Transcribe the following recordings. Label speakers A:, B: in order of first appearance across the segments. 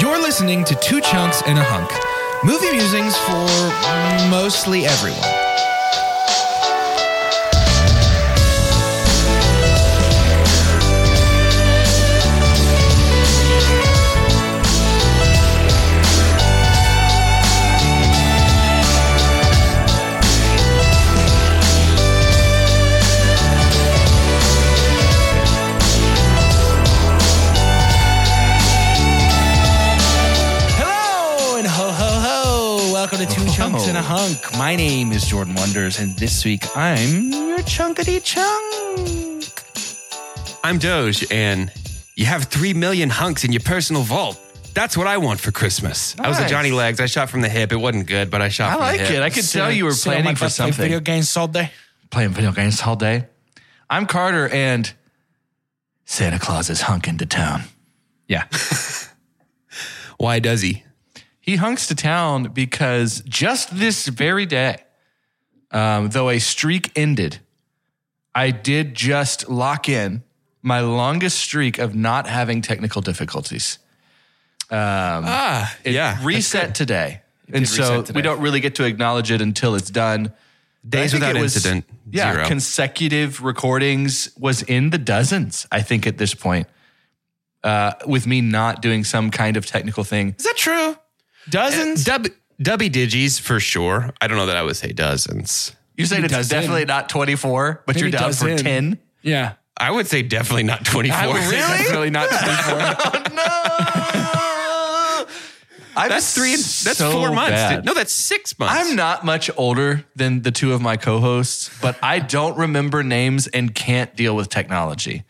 A: You're listening to Two Chunks and a Hunk, movie musings for mostly everyone. Hello and ho ho ho! Welcome to Two Chunks and a Hunk. My name is Jordan Wonders, and this week I'm your chunkity chunk.
B: I'm Doge, and you have three million hunks in your personal vault. That's what I want for Christmas. I was a
A: Nice.
B: Johnny Legs. I shot from the hip. It wasn't good, but I shot.
C: I
B: from
C: like
B: the hip.
C: it. I could tell you were
A: Sit on my
C: planning for
A: butt, play
C: something.
A: Video games all day.
C: Playing video games all day. I'm Carter, and Santa Claus is hunking to town.
A: Yeah.
B: Why does he?
C: He hunks to town because just this very day, um, though a streak ended, I did just lock in my longest streak of not having technical difficulties.
B: Ah, yeah.
C: Reset today. And
B: did
C: so
B: reset today.
C: we don't really get to acknowledge it until it's done. But I
B: Days
C: think
B: without
C: it was-
B: incident,
C: Yeah,
B: zero.
C: consecutive recordings was in the dozens, I think, at this point. Uh, with me not doing some kind of technical thing.
B: Is that true?
A: Dozens?
B: Dub, dubby digis for sure. I don't know that I would say dozens.
C: You're saying it's
A: dozen.
C: definitely not 24, but
A: Maybe
C: you're down for
A: dozen.
C: 10?
A: yeah.
B: I would say definitely not 24.
C: Definitely not 24. no. I'm
B: That's three. And, that's
C: so
B: four months.
C: bad.
B: dude. No, that's six months.
C: I'm not much older than the two of my co hosts, but I don't remember names and can't deal with technology.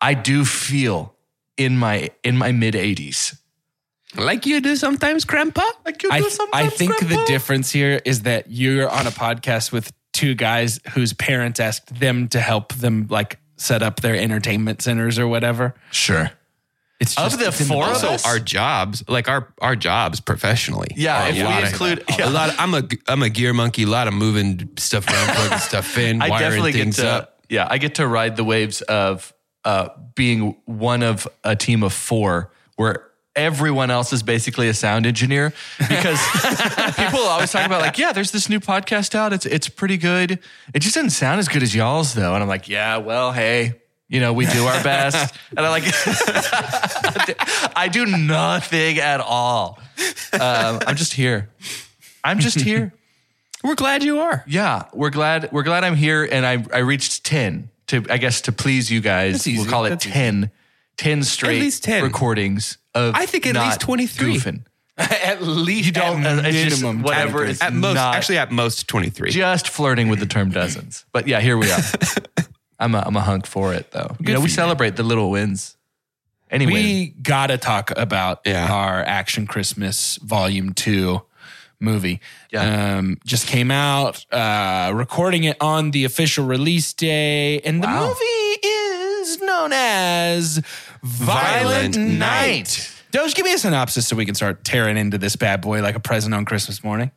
C: I do feel in my in my mid 80s.
B: like you do sometimes, Grandpa. Like you
A: I, I think the difference here is that you're on a podcast with two guys whose parents asked them to help them, like, set up their entertainment centers or whatever.
C: Sure.
A: It's
C: Of
A: just,
C: the
A: it's in
C: four
A: box.
C: of
B: also
C: us?
B: our jobs, like our our jobs professionally.
C: Yeah,
B: are
C: if
B: a
C: we
B: lot of-
C: include-
B: a
C: yeah.
B: lot. Of, I'm a I'm a gear monkey. A lot of moving stuff around, plugging stuff in,
C: I
B: wiring
C: definitely get
B: things
C: to
B: up.
C: yeah, I get to ride the waves of uh, being one of a team of four where everyone else is basically a sound engineer because people always talk about like yeah there's this new podcast out it's it's pretty good it just doesn't sound as good as y'all's though and i'm like yeah well hey you know we do our best and i like i do nothing at all um, i'm just here i'm just here
B: We're glad you are.
C: yeah, we're glad we're glad I'm here, and I I reached ten to I guess to please you guys.
B: easy.
C: We'll call it
B: That's
C: 10, 10 straight
B: least 10.
C: recordings of
B: I think at least
C: not
B: 23.
C: goofing.
B: at least
C: You don't uh,
A: At
C: it's just
A: minimum
C: whatever
A: 23.
C: it's
B: at most
C: not
B: actually at most 23.
C: just flirting with the term dozens. But yeah, here we are. I'm a I'm a hunk for it though. you know,
A: for
C: we
A: you.
C: celebrate the little wins. Anyway,
A: We gotta talk about
B: Yeah.
A: our Action Christmas Volume Two movie.
C: Yeah.
A: Um, just came out. Uh, recording it on the official release day, and the
C: Wow.
A: movie is known as Violent, Night.
B: Violent Night.
A: Doge, give me a synopsis so we can start tearing into this bad boy like a present on Christmas morning.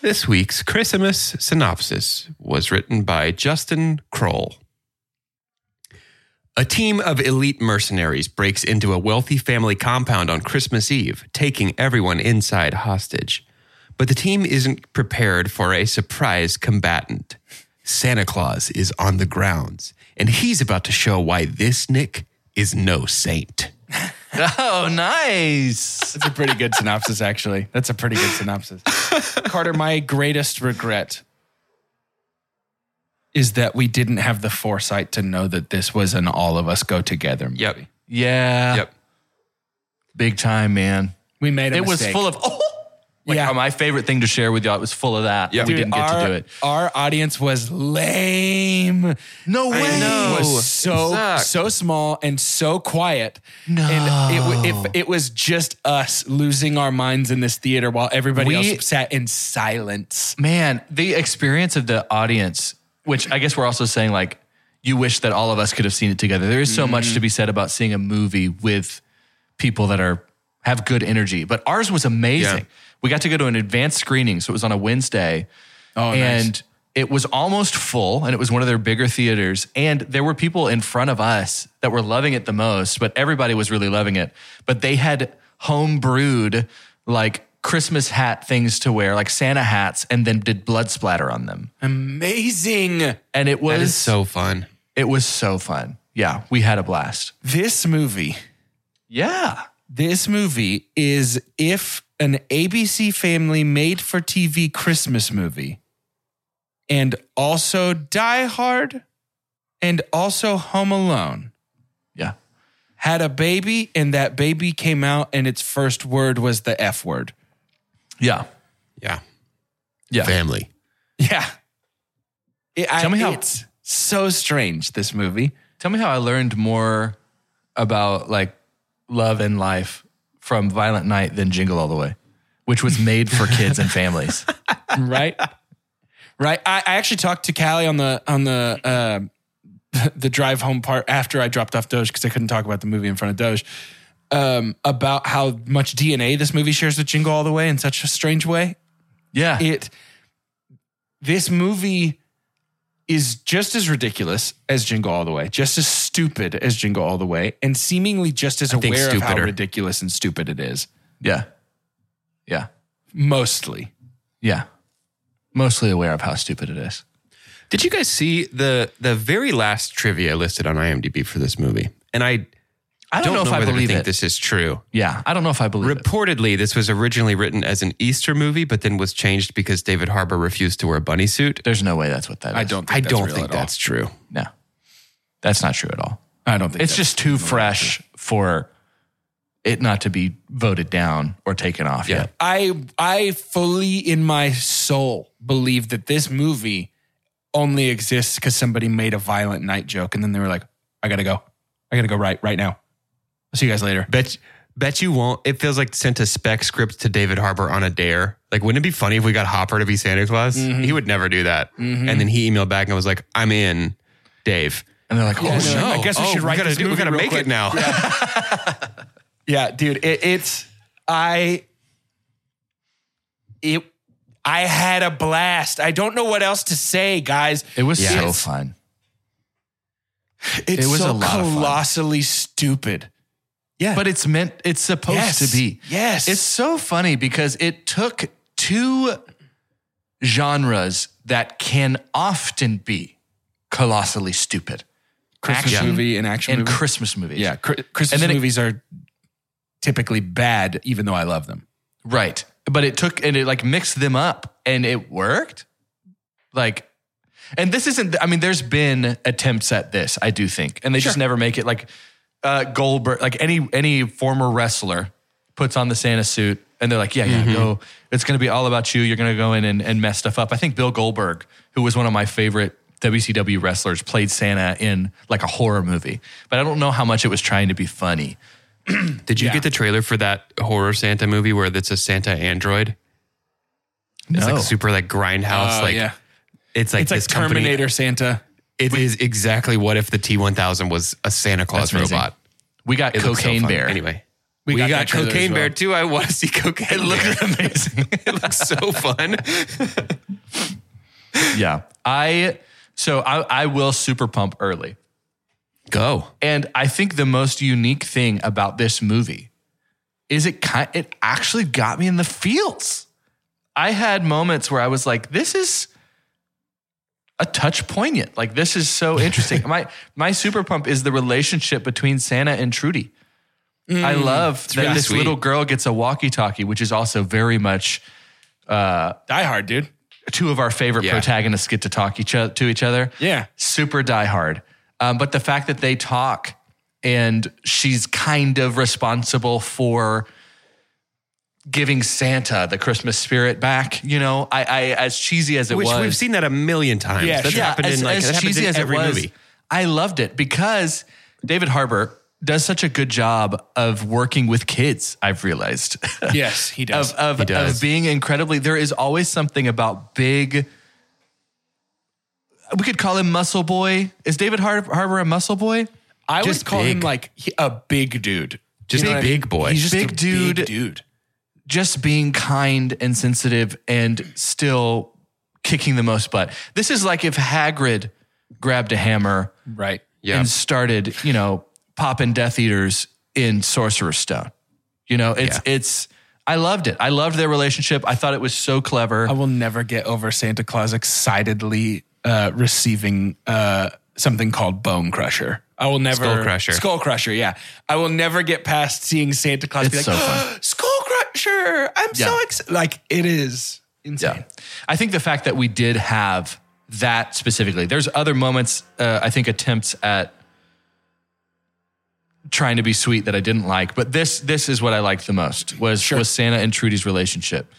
B: This week's Christmas synopsis was written by Justin Kroll. A team of elite mercenaries breaks into a wealthy family compound on Christmas Eve, taking everyone inside hostage. But the team isn't prepared for a surprise combatant. Santa Claus is on the grounds, and he's about to show why this Nick is no saint.
C: oh nice.
A: That's a pretty good synopsis, actually. That's a pretty good synopsis. Carter, my greatest regret is that we didn't have the foresight to know that this was an all of us go together. movie.
B: Yep.
C: Yeah,
B: Yep.
C: big time, man.
A: We made a
C: It was
A: mistake.
C: full of oh. Like
A: Yeah.
C: uh, my favorite thing to share with y'all, it was full of that.
B: Yeah.
C: we
A: Dude,
C: didn't get
A: our,
C: to do it.
A: Our audience was lame.
C: No
A: It
B: know.
A: was so
B: It sucked.
A: so small and so quiet. No, and it, w- if it was just us losing our minds in this theater while everybody
C: We-
A: else sat in silence.
C: Man, the experience of the audience, which I guess we're also saying like you wish that all of us could have seen it together. There is so much to be said about seeing a movie with people that are have good energy. But ours was amazing.
B: Yeah.
C: We got to go to an advanced screening, so it was on a Wednesday.
A: Oh,
C: and it was almost full and it was one of their bigger theaters and there were people in front of us that were loving it the most but everybody was really loving it but they had home brewed like Christmas hat things to wear, like Santa hats, and then did blood splatter on them.
A: Amazing.
C: And it was
B: That is so fun.
C: it was so fun. Yeah, we had a blast.
A: This movie,
C: Yeah.
A: this movie is if an ABC family made for TV Christmas movie and also Die Hard and also Home Alone
C: Yeah.
A: had a baby and that baby came out and its first word was the F word.
C: Yeah.
B: Yeah.
C: Yeah.
B: Family.
A: Yeah. It- I-
C: Tell me how-
A: it's so strange, this movie.
C: Tell me how I learned more about like love and life from Violent Night than Jingle All the Way, which was made for kids and families.
A: right? Right. I, I actually talked to Callie on the on the uh, the drive home part after I dropped off Doge because I couldn't talk about the movie in front of Doge um, about how much DNA this movie shares with Jingle All the Way in such a strange way.
C: Yeah.
A: It this movie is just as ridiculous as Jingle All the Way, just as stupid as Jingle All the Way, and seemingly just as
B: think
A: aware of how
B: stupider.
A: ridiculous and stupid it is.
C: Yeah. Yeah.
A: Mostly.
C: Yeah. Mostly aware of how stupid it is.
B: Did you guys see the the very last trivia listed on IMDb for this movie? And I
C: I
B: don't,
C: don't, know, if I
B: whether to
C: believe
B: think
C: it.
B: this is true.
C: yeah. I don't know if I believe it.
B: Reportedly, this was originally written as an Easter movie, but then was changed because David Harbour refused to wear a bunny suit.
C: There's no way that's what that is.
A: I don't think
B: I
A: that's
B: don't
A: real
B: think
A: at all.
B: that's true.
C: No. That's not true at all.
A: I don't think
C: It's
A: that's-
C: just too fresh for it not to be voted down or taken off
B: Yeah.
C: yet.
A: I I fully in my soul believe that this movie only exists because somebody made a violent night joke and then they were like, I gotta go. I gotta go right right now. I'll see you guys later.
B: Bet bet you won't. It feels like sent a spec script to David Harbour on a dare. Like, wouldn't it be funny if we got Hopper to be Santa Claus?
A: Mm-hmm.
B: He would never do that. And then he emailed back and was like, "I'm in, Dave."
C: And they're like, oh,
A: no.
C: shit.
A: I guess we should write
B: gotta
A: this
B: do- We
A: movie
B: gotta
A: real
B: make
A: quick.
B: it now.
A: Yeah, dude, it, it's I it I had a blast. I don't know what else to say, guys.
C: It was
B: Yeah.
C: so
B: It's-
C: fun.
A: It's
C: It was
A: so
C: a lot of fun.
A: colossally stupid. Yeah.
C: But it's meant, it's supposed to be.
A: Yes.
C: It's so funny because it took two genres that can often be colossally stupid
A: Christmas
C: action
A: movie and action
C: and
A: movie.
C: Christmas movies.
A: Yeah, Chri- Christmas
C: And then it-
A: movies are typically bad, even though I love them.
C: Right. But it took and it like mixed them up and it worked. Like, and this isn't, I mean, there's been attempts at this, I do think. And they just never make it like uh Goldberg, like any any former wrestler puts on the Santa suit and they're like, yeah,
A: Mm-hmm.
C: yeah, go. It's gonna be all about you. You're gonna go in and, and mess stuff up. I think Bill Goldberg, who was one of my favorite WCW wrestlers, played Santa in like a horror movie. But I don't know how much it was trying to be funny.
B: Did you
A: Yeah.
B: get the trailer for that horror Santa movie where it's a Santa android? It's
C: No. Uh,
B: like super like grindhouse. like it's like
A: Uh, it's like
B: this company-
A: Terminator Santa.
B: It is exactly what if the T one thousand was a Santa Claus
C: That's amazing.
B: robot.
C: we got
B: It looks so
C: Cocaine
B: fun.
C: Bear.
B: Anyway, we, got,
A: that trailer as
B: Cocaine Bear
A: well.
B: too. I want to see Cocaine. It looks amazing. it looks so fun.
C: Yeah. I so I, I will super pump early.
B: Go.
C: And I think the most unique thing about this movie is it kind it actually got me in the feels. I had moments where I was like, this is a touch poignant. Like this is so interesting. my my super pump is the relationship between Santa and Trudy. I love that
B: Mm. really
C: this
B: sweet.
C: little girl gets a walkie-talkie, which is also very much
A: Die Hard, dude.
C: two of our favorite
B: Yeah.
C: protagonists get to talk each o- to each other.
A: Yeah.
C: super die hard. Um, but the fact that they talk and she's kind of responsible for giving Santa the Christmas spirit back, you know, I, I as cheesy as it
B: Which
C: was,
B: we've seen that a million times.
A: Yeah,
B: That's
A: sure.
B: happened in like that happens in every movie.
C: I loved it because David Harbour does such a good job of working with kids. I've realized.
A: Yes, he does.
C: of of,
B: does.
C: of being incredibly. There is always something about big. We could call him Muscle Boy. Is David Har- Harbor a Muscle Boy?
A: I would
B: just
A: call him
B: big.
A: like he- a big dude.
B: Just
A: what
B: a
A: I
B: big
A: mean?
B: boy.
A: He's just
C: Big
A: a
C: dude.
A: big dude.
C: Just being kind and sensitive and still kicking the most butt. This is like if Hagrid grabbed a hammer
A: Right.
B: Yeah.
C: and started, you know, popping Death Eaters in Sorcerer's Stone. You know, it's it's. I loved it. I loved their relationship. I thought it was so clever.
D: I will never get over Santa Claus excitedly uh, receiving uh, something called Bone Crusher. I will never
B: Skull Crusher.
D: Skull Crusher, yeah. I will never get past seeing Santa Claus be like
C: It's so fun.
D: Skull Crusher. I'm so
C: Yeah.
D: excited. Like it is insane.
C: Yeah. I think the fact that we did have that specifically, there's other moments, uh, I think, attempts at trying to be sweet that I didn't like, but this this is what I liked the most was was Santa and Trudy's relationship.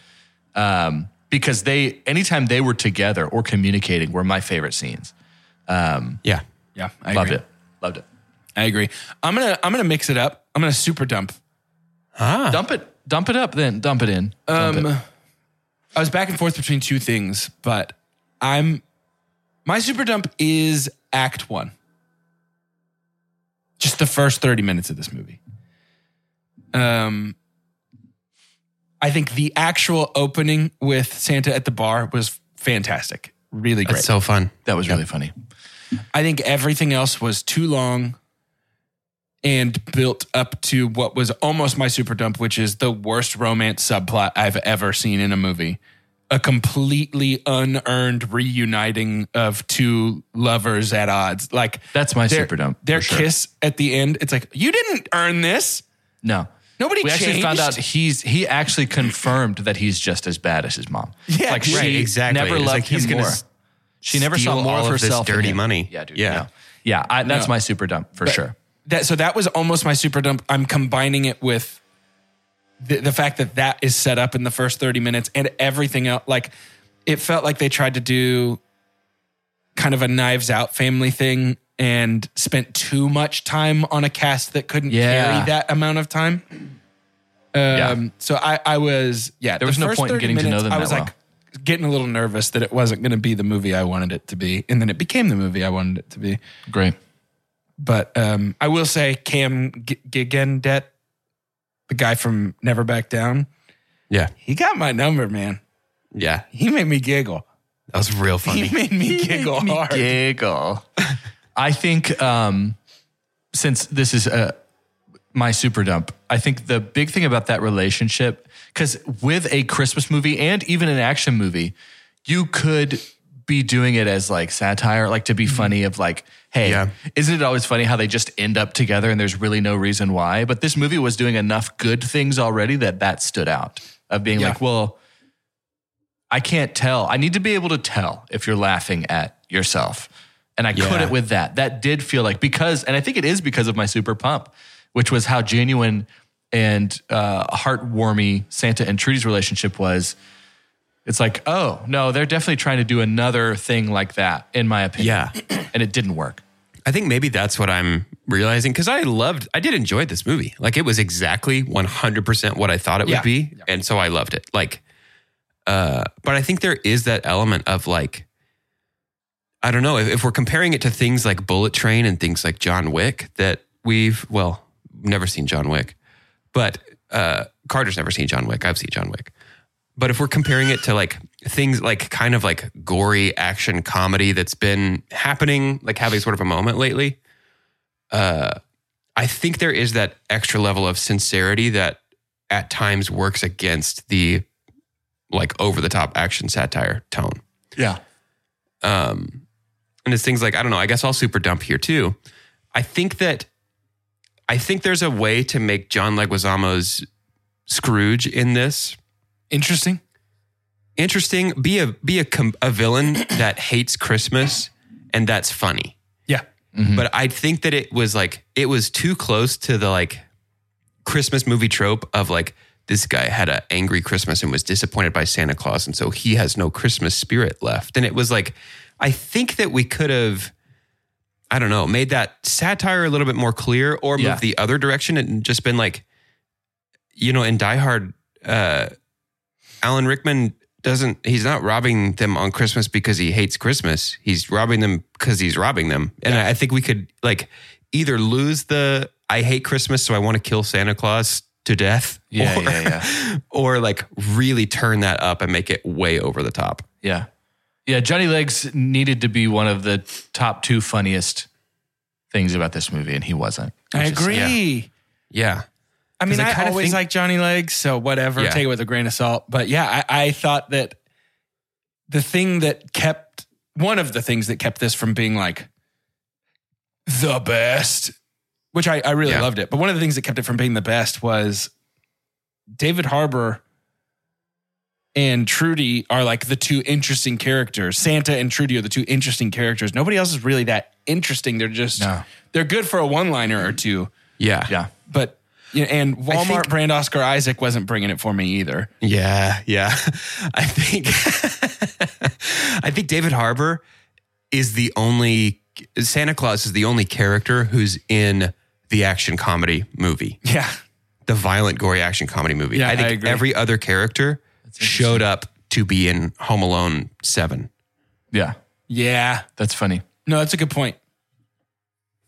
C: Um, because they anytime they were together or communicating were my favorite scenes.
B: Yeah.
D: Yeah, I
C: Loved
D: agree.
C: it. Loved it.
D: I agree. I'm gonna I'm gonna mix it up. I'm gonna super dump.
C: Dump it. Dump it up then. Dump it in. Dump
D: Um,
C: it.
D: I was back and forth between two things, but I'm my super dump is Act One, just the first thirty minutes of this movie. Um, I think the actual opening with Santa at the bar was fantastic, really great.
B: That's so fun.
C: That was really funny.
D: I think everything else was too long and built up to what was almost my super dump, which is the worst romance subplot I've ever seen in a movie. A completely unearned reuniting of two lovers at odds. Like
C: That's my
D: their-
C: super dump.
D: Their
C: for sure.
D: kiss at the end, it's like, you didn't earn this.
C: No.
D: Nobody
C: we actually found out
D: changed.
C: he's he actually confirmed that he's just as bad as his mom.
D: Yeah,
C: like
D: dude.
C: she
D: Right,
B: exactly.
C: never
B: It's
C: loved
B: like
C: him
B: he's gonna
C: more.
B: s-
C: She never saw
B: steal
C: more
B: all
C: of
B: of this
C: herself. than
B: dirty
C: him.
B: money.
C: Yeah, dude.
B: Yeah.
C: Yeah, yeah. I, that's
D: No.
C: my super dump for sure.
D: that so that was almost my super dump. I'm combining it with the, the fact that that is set up in the first 30 minutes and everything else. Like it felt like they tried to do kind of a knives out family thing and spent too much time on a cast that couldn't
C: Yeah.
D: carry that amount of time. Um, So I, I was, yeah, there
C: was no point in getting to know them
D: I
C: that
D: was
C: well.
D: like getting a little nervous that it wasn't going to be the movie I wanted it to be. And then it became the movie I wanted it to be.
C: Great.
D: But um, I will say Cam G- Gigendet, the guy from Never Back Down,
B: Yeah.
D: he got my number, man.
B: Yeah.
D: He made me giggle.
B: That was real funny.
D: He made me giggle hard.
C: Giggle. I think um, since this is a my super dump, I think the big thing about that relationship, because with a Christmas movie and even an action movie, you could be doing it as like satire, like to be funny of like, hey,
B: Yeah.
C: isn't it always funny how they just end up together and there's really no reason why? But this movie was doing enough good things already that that stood out of being
D: Yeah.
C: like, well, I can't tell. I need to be able to tell if you're laughing at yourself. And I couldn't with that. That did feel like because, and I think it is because of my super pump, which was how genuine and uh, heartwarming Santa and Trudy's relationship was. It's like, oh no, they're definitely trying to do another thing like that, in my opinion. Yeah, and it didn't work.
B: I think maybe that's what I'm realizing because I loved, I did enjoy this movie. Like it was exactly 100% what I thought it
D: Yeah.
B: would be. And so I loved it. Like, uh, but I think there is that element of like, I don't know if, if we're comparing it to things like Bullet Train and things like John Wick that we've, well, never seen John Wick, but uh, Carter's never seen John Wick. I've seen John Wick. But if we're comparing it to like things like kind of like gory action comedy that's been happening, like having sort of a moment lately, uh, I think there is that extra level of sincerity that at times works against the like over the top action satire tone.
C: Yeah,
B: Um, and it's things like, I don't know, I guess I'll super dump here too. I think that, I think there's a way to make John Leguizamo's Scrooge in this
D: Interesting.
B: interesting be a be a, com- a villain that hates christmas and that's funny
D: Yeah.
B: but i think that it was like it was too close to the like christmas movie trope of like this guy had an angry christmas and was disappointed by santa claus and so he has no christmas spirit left and it was like i think that we could have i don't know made that satire a little bit more clear or
C: Yeah.
B: moved the other direction and just been like you know in die hard uh Alan Rickman doesn't he's not robbing them on Christmas because he hates Christmas. He's robbing them because he's robbing them. And I I think we could like either lose the I hate Christmas so I want to kill Santa Claus to death
C: yeah,
B: or,
C: yeah, yeah,
B: or like really turn that up and make it way over the top.
C: yeah, yeah. Johnny Legs needed to be one of the top two funniest things about this movie, and he wasn't.
D: I
C: Which is-
D: agree.
B: Yeah.
D: I mean,
B: I
D: I,
B: kinda
D: always
B: think-
D: like Johnny Legs, so whatever,
B: Yeah.
D: take it with a grain of salt. But yeah, I, I thought that the thing that kept one of the things that kept this from being like the best, which I, I really
B: Yeah.
D: loved it, but one of the things that kept it from being the best was David Harbour and Trudy are like the two interesting characters. Santa and Trudy are the two interesting characters. Nobody else is really that interesting. They're just
C: No.
D: they're good for a one liner or two
B: Yeah.
C: Yeah.
D: but you know, and Walmart
B: think-
D: brand Oscar Isaac wasn't bringing it for me either.
B: Yeah, yeah. I think I think David Harbour is the only Santa Claus is the only character who's in the action comedy movie,
D: Yeah,
B: the violent gory action comedy movie.
D: Yeah,
B: I think
D: I agree.
B: every other character showed up to be in Home Alone 7.
C: Yeah.
D: yeah.
C: That's funny.
D: No, that's a good point.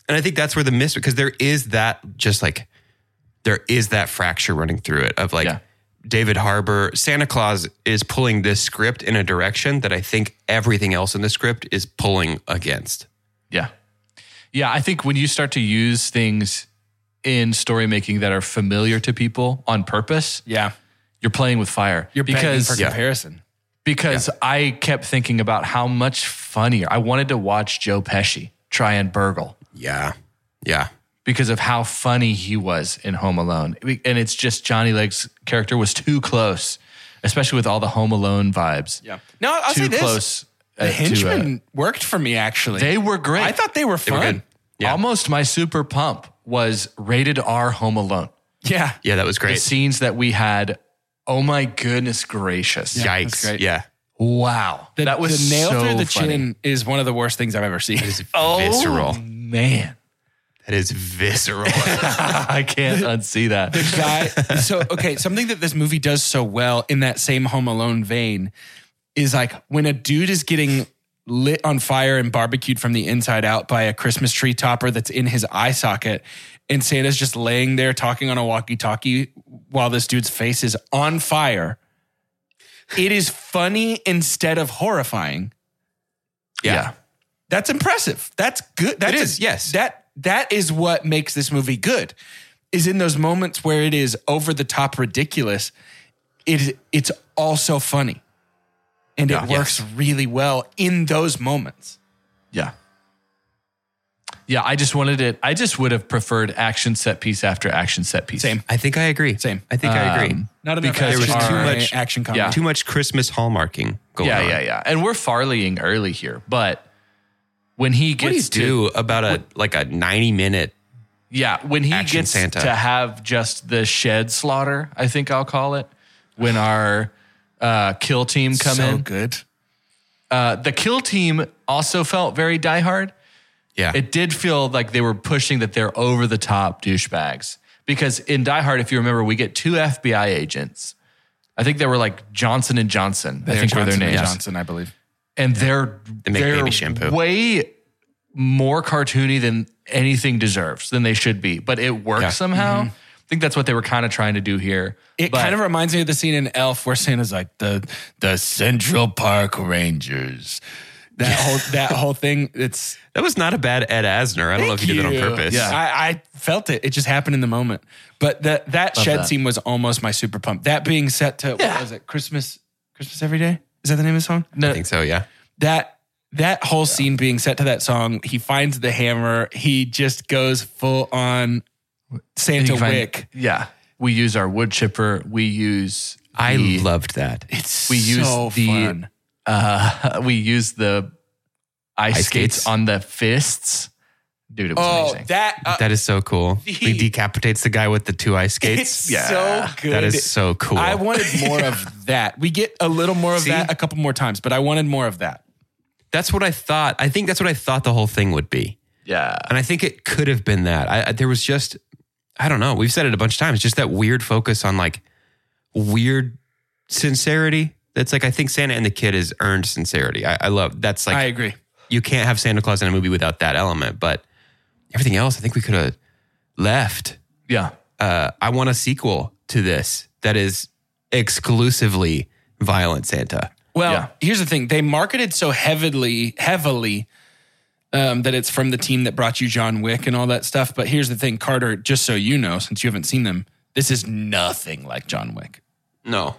B: And I think that's where the mystery because there is that just like there is that fracture running through it of like
C: Yeah.
B: David Harbour, Santa Claus is pulling this script in a direction that I think everything else in the script is pulling against.
C: Yeah. Yeah. I think when you start to use things in story making that are familiar to people on purpose,
D: Yeah,
C: you're playing with fire.
D: you're because
C: because
D: for
B: Yeah.
D: comparison.
C: because I kept thinking about how much funnier I wanted to watch Joe Pesci try and burgle
B: Yeah. Yeah.
C: because of how funny he was in Home Alone. We- And it's just Johnny Legg's character was too close, especially with all the Home Alone vibes.
D: No, I'll
C: Too
D: say this:
C: close. uh,
D: the
C: to, uh,
D: henchmen worked for me actually.
C: they were great.
D: I thought they were fun.
B: good. Yeah.
C: Almost my super pump was rated R Home Alone.
D: Yeah,
B: Yeah, that was
C: The
B: great.
C: scenes that we had, oh my goodness gracious.
B: Yikes.
D: great.
B: Yeah.
C: Wow.
D: The-
C: that was
D: the nail
C: so
D: through the
C: funny.
D: chin is one of the worst things I've ever seen.
B: Visceral.
C: Man.
B: Oh. That is visceral.
C: I can't unsee that.
D: guy. So okay, something that this movie does so well in that same Home Alone vein is like when a dude is getting lit on fire and barbecued from the inside out by a Christmas tree topper that's in his eye socket, and Santa's just laying there talking on a walkie-talkie while this dude's face is on fire. It is funny instead of horrifying.
B: yeah.
D: That's impressive. That's good. That
B: It
D: is
B: is, yes.
D: That that is what makes this movie good. Is in those moments where it is over the top ridiculous. It is- it's also funny, and it
B: Yeah.
D: works really well in those moments.
C: Yeah. Yeah, I just wanted it. I just would have preferred action set piece after action set piece.
D: Same.
B: I think I agree.
D: Same.
B: I think I agree.
D: Not enough
C: because
D: action
B: there was too
D: comedy,
B: much-
D: action comedy.
C: Yeah.
B: Too much Christmas hallmarking going
C: Yeah,
B: on.
C: yeah, yeah. And we're farleying early here, but when he
B: What do you
C: gets to
B: do about a like a 90 minute
C: yeah, when he
B: Action
C: gets
B: Santa.
C: to have just the shed slaughter, I think I'll call it. When our uh, kill team come
D: so
C: in,
D: good.
C: uh, the kill team also felt very diehard.
B: Yeah.
C: It did feel like they were pushing that they're over the top douchebags. Because in Die Hard, if you remember, we get two FBI agents. I think they were like Johnson and Johnson. I think were
D: Johnson
C: their
D: and
C: names,
D: Johnson, I believe.
C: and they're
B: make
C: they're
B: baby shampoo.
C: way more cartoony than anything deserves than they should be. But it works somehow. I think that's what they were kind of trying to do here.
D: Mm-hmm. It
C: But-
D: kind of reminds me of the scene in Elf where Santa's like the the Central Park Rangers. That whole that whole thing. It's
B: That was not a bad Ed Asner. I don't know if he did that on
D: you.
B: purpose.
D: I, I felt it. It just happened in the moment. But that that shed
C: that.
D: scene was almost my super pump. That being set to what was it? Christmas Christmas every day? Is that the name of the song?
B: I think so, yeah.
D: That that whole scene being set to that song, he finds the hammer, he just goes full on Santa
C: You find-
D: Wick.
C: Yeah, we use our wood chipper. We use
B: I
C: the-
B: loved that.
D: It's
C: We use
D: so
C: the-
D: fun.
C: uh, we used the ice,
B: Ice
C: skates,
B: skates.
C: on the fists. Dude, it was
D: Oh,
C: amazing.
D: that, uh,
B: That is so cool. he decapitates the guy with the two ice
D: it's
B: skates.
C: yeah.
D: so good.
B: That is so cool.
D: I wanted more of that. We get a little more of
B: See?
D: that a couple more times, but I wanted more of that.
B: that's what I thought. I think that's what I thought the whole thing would be.
C: yeah.
B: And I think it could have been that. I, I there was just I don't know. We've said it a bunch of times. Just that weird focus on like weird sincerity. That's like I think Santa and the Kid has earned sincerity. I, I love that's like
D: I agree.
B: you can't have Santa Claus in a movie without that element. But everything else, I think we could have left.
C: Yeah.
B: uh, I want a sequel to this that is exclusively violent Santa.
D: Well,
C: Yeah.
D: here's the thing: they marketed so heavily, heavily um, that it's from the team that brought you John Wick and all that stuff. But here's the thing, Carter. Just so you know, since you haven't seen them, This is nothing like John Wick.
B: No.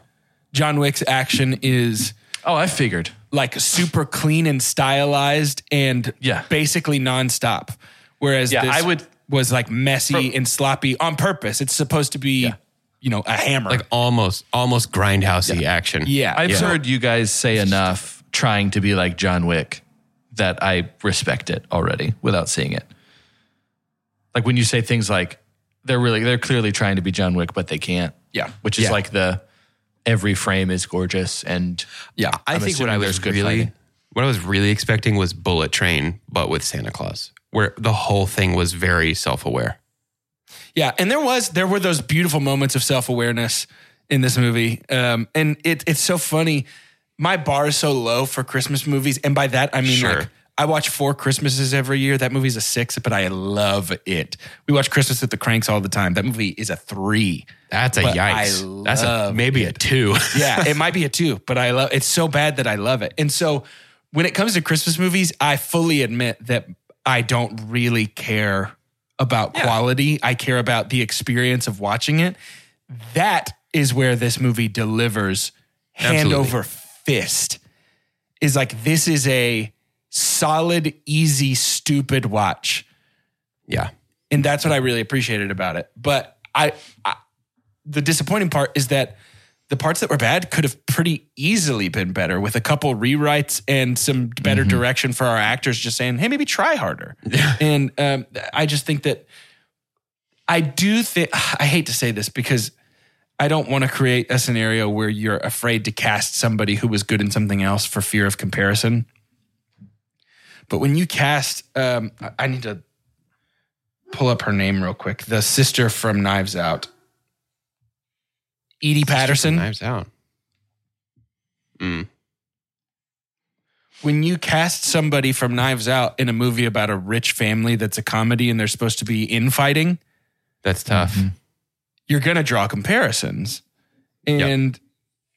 D: John Wick's action is
C: Oh, I figured.
D: like super clean and stylized and
C: Yeah.
D: basically nonstop. Whereas
C: Yeah,
D: this
C: I would-
D: was like messy and sloppy on purpose. It's supposed to be, you know, a hammer.
B: Like almost almost grindhousey action.
D: yeah.
C: I've
D: yeah.
C: heard you guys say enough trying to be like John Wick that I respect it already without seeing it. Like when you say things like they're really they're clearly trying to be John Wick but they can't.
D: Yeah.
C: Which is
D: Yeah.
C: like the every frame is gorgeous and
D: yeah.
B: I think what
C: assuming
B: I
C: there's
B: was
C: good
B: really
C: fighting.
B: what I was really expecting was Bullet Train, but with Santa Claus, where the whole thing was very self aware.
D: Yeah, and there was there were those beautiful moments of self awareness in this movie, um, and it, it's so funny. My bar is so low for Christmas movies, and by that I mean
B: Sure.
D: like I watch four Christmases every year. That movie's a six, but I love it. We watch Christmas at the Cranks all the time. That movie is a three.
B: That's a
D: But I
B: yikes. That's a
D: love
B: maybe a two.
D: Yeah, it might be a two, but I love it's so bad that I love it. And so when it comes to Christmas movies, I fully admit that I don't really care about quality. I care about the experience of watching it. That is where this movie delivers hand
B: Absolutely.
D: over fist. Is like this is a solid, easy, stupid watch
B: yeah.
D: and that's what I really appreciated about it. But I, I the disappointing part is that the parts that were bad could have pretty easily been better with a couple rewrites and some better direction for our actors just saying, "Hey, maybe try harder." and um, I just think that I do think I hate to say this because I don't want to create a scenario where you're afraid to cast somebody who was good in something else for fear of comparison. But when you cast, um, I- I need to pull up her name real quick. The sister from Knives Out, Edie Patterson.
B: Knives out. Mm.
D: When you cast somebody from Knives Out in a movie about a rich family that's a comedy and they're supposed to be infighting,
B: That's tough.
D: Mm-hmm. you're going to draw comparisons. And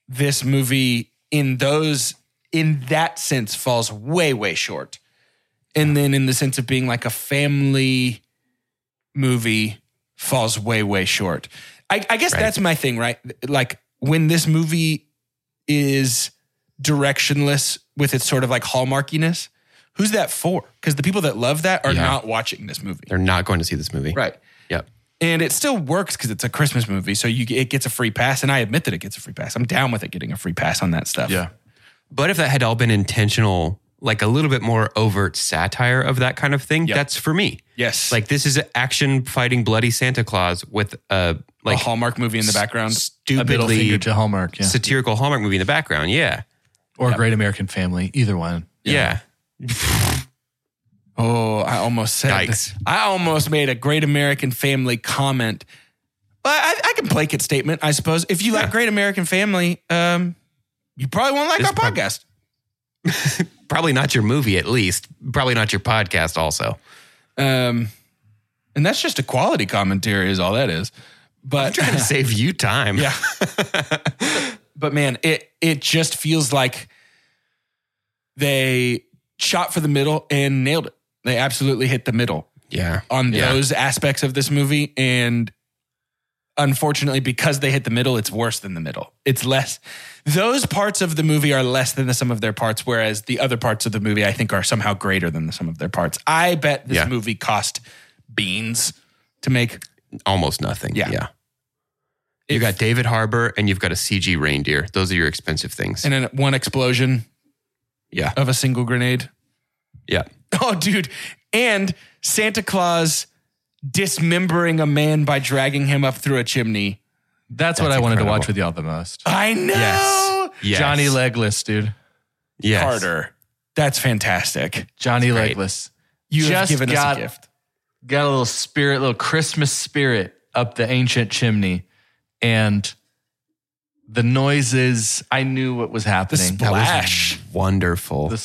D: this movie in those in that sense falls way way short. And then in the sense of being like a family movie falls way way short. I, I guess
B: Right.
D: that's my thing, right? Like when this movie is directionless with its sort of like hallmarkiness, who's that for? Because the people that love that are
B: Yeah.
D: not watching this movie.
B: They're not going to see this movie.
D: Right.
B: Yep.
D: And it still works because it's a Christmas movie, so you it gets a free pass. And I admit that it gets a free pass. I'm down with it getting a free pass on that stuff.
B: But if that had all been intentional, like a little bit more overt satire of that kind of thing, that's for me.
D: Yes.
B: Like this is an action fighting bloody Santa Claus with a
D: a
B: like
D: Hallmark movie in the background.
C: A middle
B: stupidly
C: finger to Hallmark, yeah.
B: satirical Hallmark movie in the background. Yeah.
C: Or Great American Family, either one.
B: Yeah.
D: Oh, I almost said.
B: Yikes.
D: this. I almost made a Great American Family comment. But I, I can plake it statement, I suppose. If you like Great American Family, um, you probably won't like
B: This
D: our
B: prob-
D: podcast.
B: Probably not your movie, at least. Probably not your podcast, also.
D: Um, and that's just a quality commentary, is all that is. But
B: Trying to save you time.
D: Yeah. but man, it it just feels like they shot for the middle and nailed it. They absolutely hit the middle
B: Yeah.
D: on
B: Yeah.
D: those aspects of this movie and unfortunately because they hit the middle it's worse than the middle. It's less those parts of the movie are less than the sum of their parts whereas the other parts of the movie I think are somehow greater than the sum of their parts. I bet this
B: Yeah.
D: movie cost beans to make.
B: Almost nothing.
D: Yeah.
B: You got David Harbour and you've got a CG reindeer. Those are your expensive things.
D: And then one explosion
B: yeah.
D: of a single grenade.
B: Yeah.
D: Oh, dude. And Santa Claus dismembering a man by dragging him up through a chimney.
C: That's, what I
B: That's
C: wanted to
B: incredible.
C: watch with y'all the most.
D: I know.
B: Yes.
C: Johnny Legless, dude.
B: Yes.
D: Carter. That's fantastic.
C: Johnny
B: great.
C: Legless.
D: You have
C: Just
D: given
C: got-
D: us a gift.
C: got a little spirit, little Christmas spirit up the ancient chimney, and the noises. I knew what was
D: The
C: happening.
D: splash.
B: Wonderful.
C: The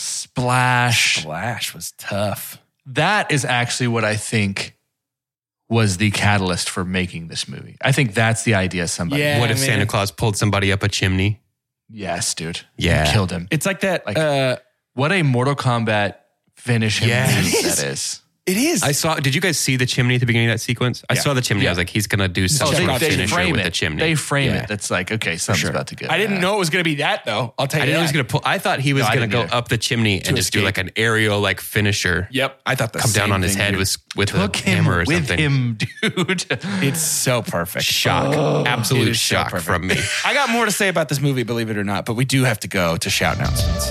C: splash.
D: Splash was tough.
C: That is actually what I think was the catalyst for making this movie. I think that's the idea. Somebody,
D: Yeah.
B: what if
D: man.
B: Santa Claus pulled somebody up a chimney?
C: yes, dude,
B: Yeah.
C: You killed him.
D: It's like that.
C: Like-
D: uh,
C: What a Mortal Kombat finish him
B: Yes.
C: yes. that is.
A: It is.
B: I saw. Did you guys see the chimney at the beginning of that sequence? I saw the chimney. I was like, he's gonna do some
A: they-
B: sort of
A: they
B: finisher with
C: it.
B: the chimney.
C: They frame
B: Yeah.
C: it. That's like, okay, something's about to get.
A: I didn't know it was going to be that though. I'll tell you.
B: I didn't know he was
A: that.
B: gonna pull. I thought he was
C: I
B: gonna
C: didn't
B: go
C: either.
B: up the chimney and just do
A: escape.
B: like an aerial like finisher.
A: Yep, I thought that.
B: Come down
A: same
B: on his
A: thing,
B: head
A: dude.
B: with with
C: Look
B: a hammer or
C: him with
B: something.
C: him, dude.
A: It's so
D: Oh,
A: perfect.
B: Shock,
A: it
B: absolute
A: is so
B: shock
A: perfect.
B: from me.
A: I got more to say about this movie, believe it or not, but we do have to go to shout announcements.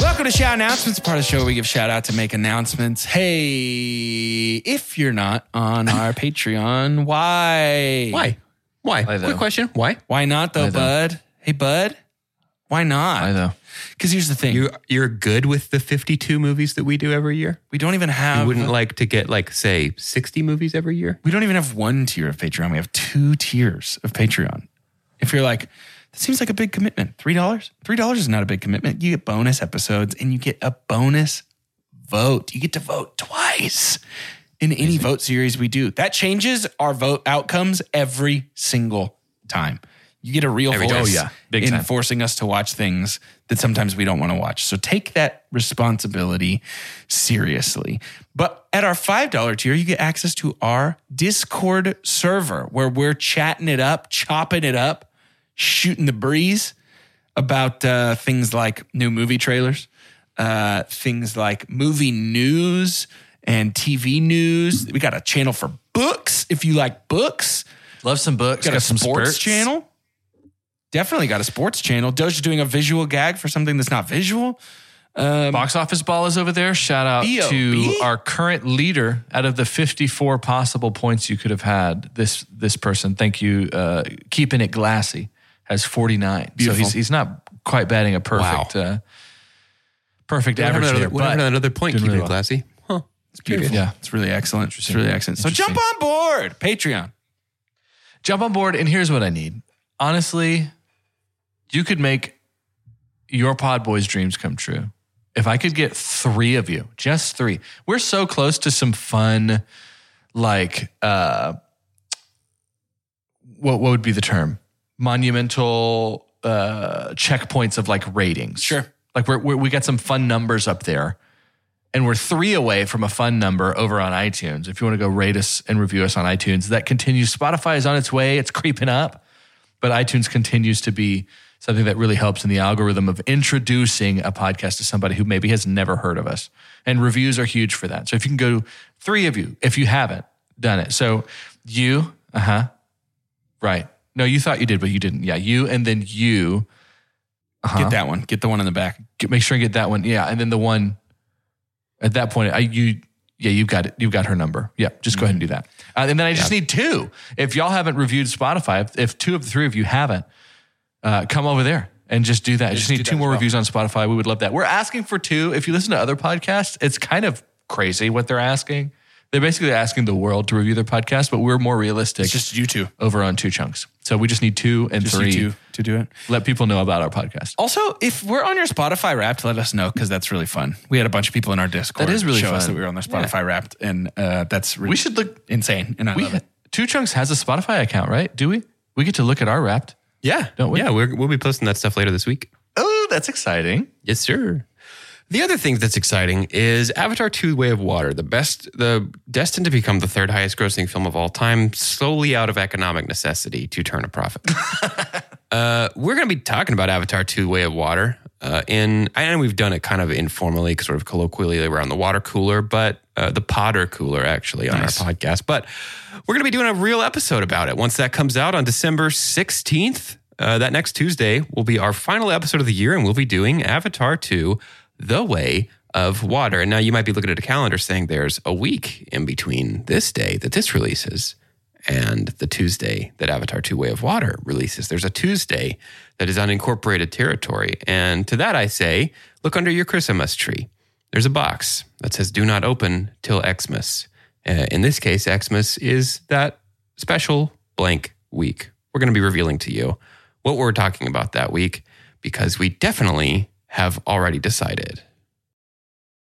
A: Welcome to Shout Announcements, part of the show where we give shout out to make announcements. Hey, if you're not on our Patreon, why?
B: Why? Why?
C: Why, though?
B: Quick question. Why?
A: Why not though,
C: Why, though?
A: bud? Hey, bud, why
C: I
A: not?
C: know.
A: Because here's the thing:
B: You you're good with the 52 movies that we do every year.
A: we don't even have
B: You wouldn't like to get like say 60 movies every year.
A: we don't even have one tier of Patreon. We have two tiers of Patreon. If you're like, that seems like a big commitment. Three dollars? Three dollars is not a big commitment. You get bonus episodes and you get a bonus vote. You get to vote twice in any vote series we do. That changes our vote outcomes every single time. You get a real
B: Every time.
A: voice
B: Oh, yeah.
C: Big
A: in
C: time.
A: forcing us to watch things that sometimes we don't want to watch. So take that responsibility seriously. But at our $5 tier, you get access to our Discord server where we're chatting it up, chopping it up, shooting the breeze about uh, things like new movie trailers, uh, things like movie news and TV news. We got a channel for books if you like books.
C: Love some books.
A: Got, a
C: some
A: sports
C: spurts.
A: channel. Definitely got a sports channel. Doja's doing a visual gag for something that's not visual.
C: Box office ball is over there. Shout out
A: B.O.B.?
C: to our current leader out of the 54 possible points you could have had. This this person, thank you, uh, keeping it glassy, has 49.
A: Beautiful.
C: So he's he's not quite batting a perfect uh, perfect
B: What happened
C: average
B: to
C: there,
B: another, what happened to
C: but
B: another point?
C: doing
B: Keep
C: really
B: it
C: well.
B: classy. Huh. It's beautiful.
C: Yeah.
A: It's really excellent. It's really excellent. So jump on board. Patreon.
C: jump on board. And here's what I need. Honestly, you could make your pod boys' dreams come true. If I could get three of you, just three, we're so close to some fun, like uh, what what would be the term? Monumental uh, checkpoints of like ratings.
A: Sure.
C: like we're, we're we got some fun numbers up there, and we're three away from a fun number over on iTunes. If you want to go rate us and review us on iTunes, that continues. Spotify is on its way; it's creeping up but iTunes continues to be something that really helps in the algorithm of introducing a podcast to somebody who maybe has never heard of us. And reviews are huge for that. So if you can go, three of you, if you haven't done it. So you, uh huh, right. No, you thought you did, but you didn't. Yeah, you, and then you. Uh-huh.
A: Get that one. Get the one in the back.
C: Get- make sure and get that one. Yeah, and then the one at that point, I you yeah you've got it. You've got her number. Yeah, just go ahead and do that. Uh, and then I just need two. If y'all haven't reviewed Spotify, if, if two of the three of you haven't, uh, come over there and just do that. I just, need two more reviews on Spotify. We would love that. We're asking for two. If you listen to other podcasts, it's kind of crazy what they're asking. They're basically asking the world to review their podcast, but we're more realistic
A: Just you two.
C: over on two chunks. So we just need two and
A: Just
C: three.
A: you two to do it.
C: Let people know about our podcast.
A: Also, if we're on your Spotify Wrapped, let us know because that's really fun. We had a bunch of people in our Discord
C: That is really
A: show us
C: fun.
A: that we were on their Spotify Wrapped, and uh, that's really
C: We should look
A: insane. And I
C: We
A: love it.
C: Two Chunks has a Spotify account, right? Do we? We get to look at our Wrapped.
B: Yeah.
C: Don't we?
B: Yeah, we're, we'll be posting that stuff later this week.
C: Oh, that's exciting.
B: Yes, sir. The other thing that's exciting is Avatar 2 Way of Water, the best, the destined to become the third highest grossing film of all time, solely out of economic necessity to turn a profit. uh, we're going to be talking about Avatar 2 Way of Water. Uh, in, I know we've done it kind of informally, sort of colloquially around the water cooler, but uh, the Potter cooler actually on our podcast. But we're going to be doing a real episode about it once that comes out on December 16th. Uh, that next Tuesday will be our final episode of the year, and we'll be doing Avatar 2 The Way of Water. And now you might be looking at a calendar saying there's a week in between this day that this releases and the Tuesday that Avatar 2 Way of Water releases. There's a Tuesday that is unincorporated territory. And to that I say, look under your Christmas tree. There's a box that says do not open till Xmas. Uh, in this case, Xmas is that special blank week. We're going to be revealing to you what we're talking about that week because we definitely have already decided.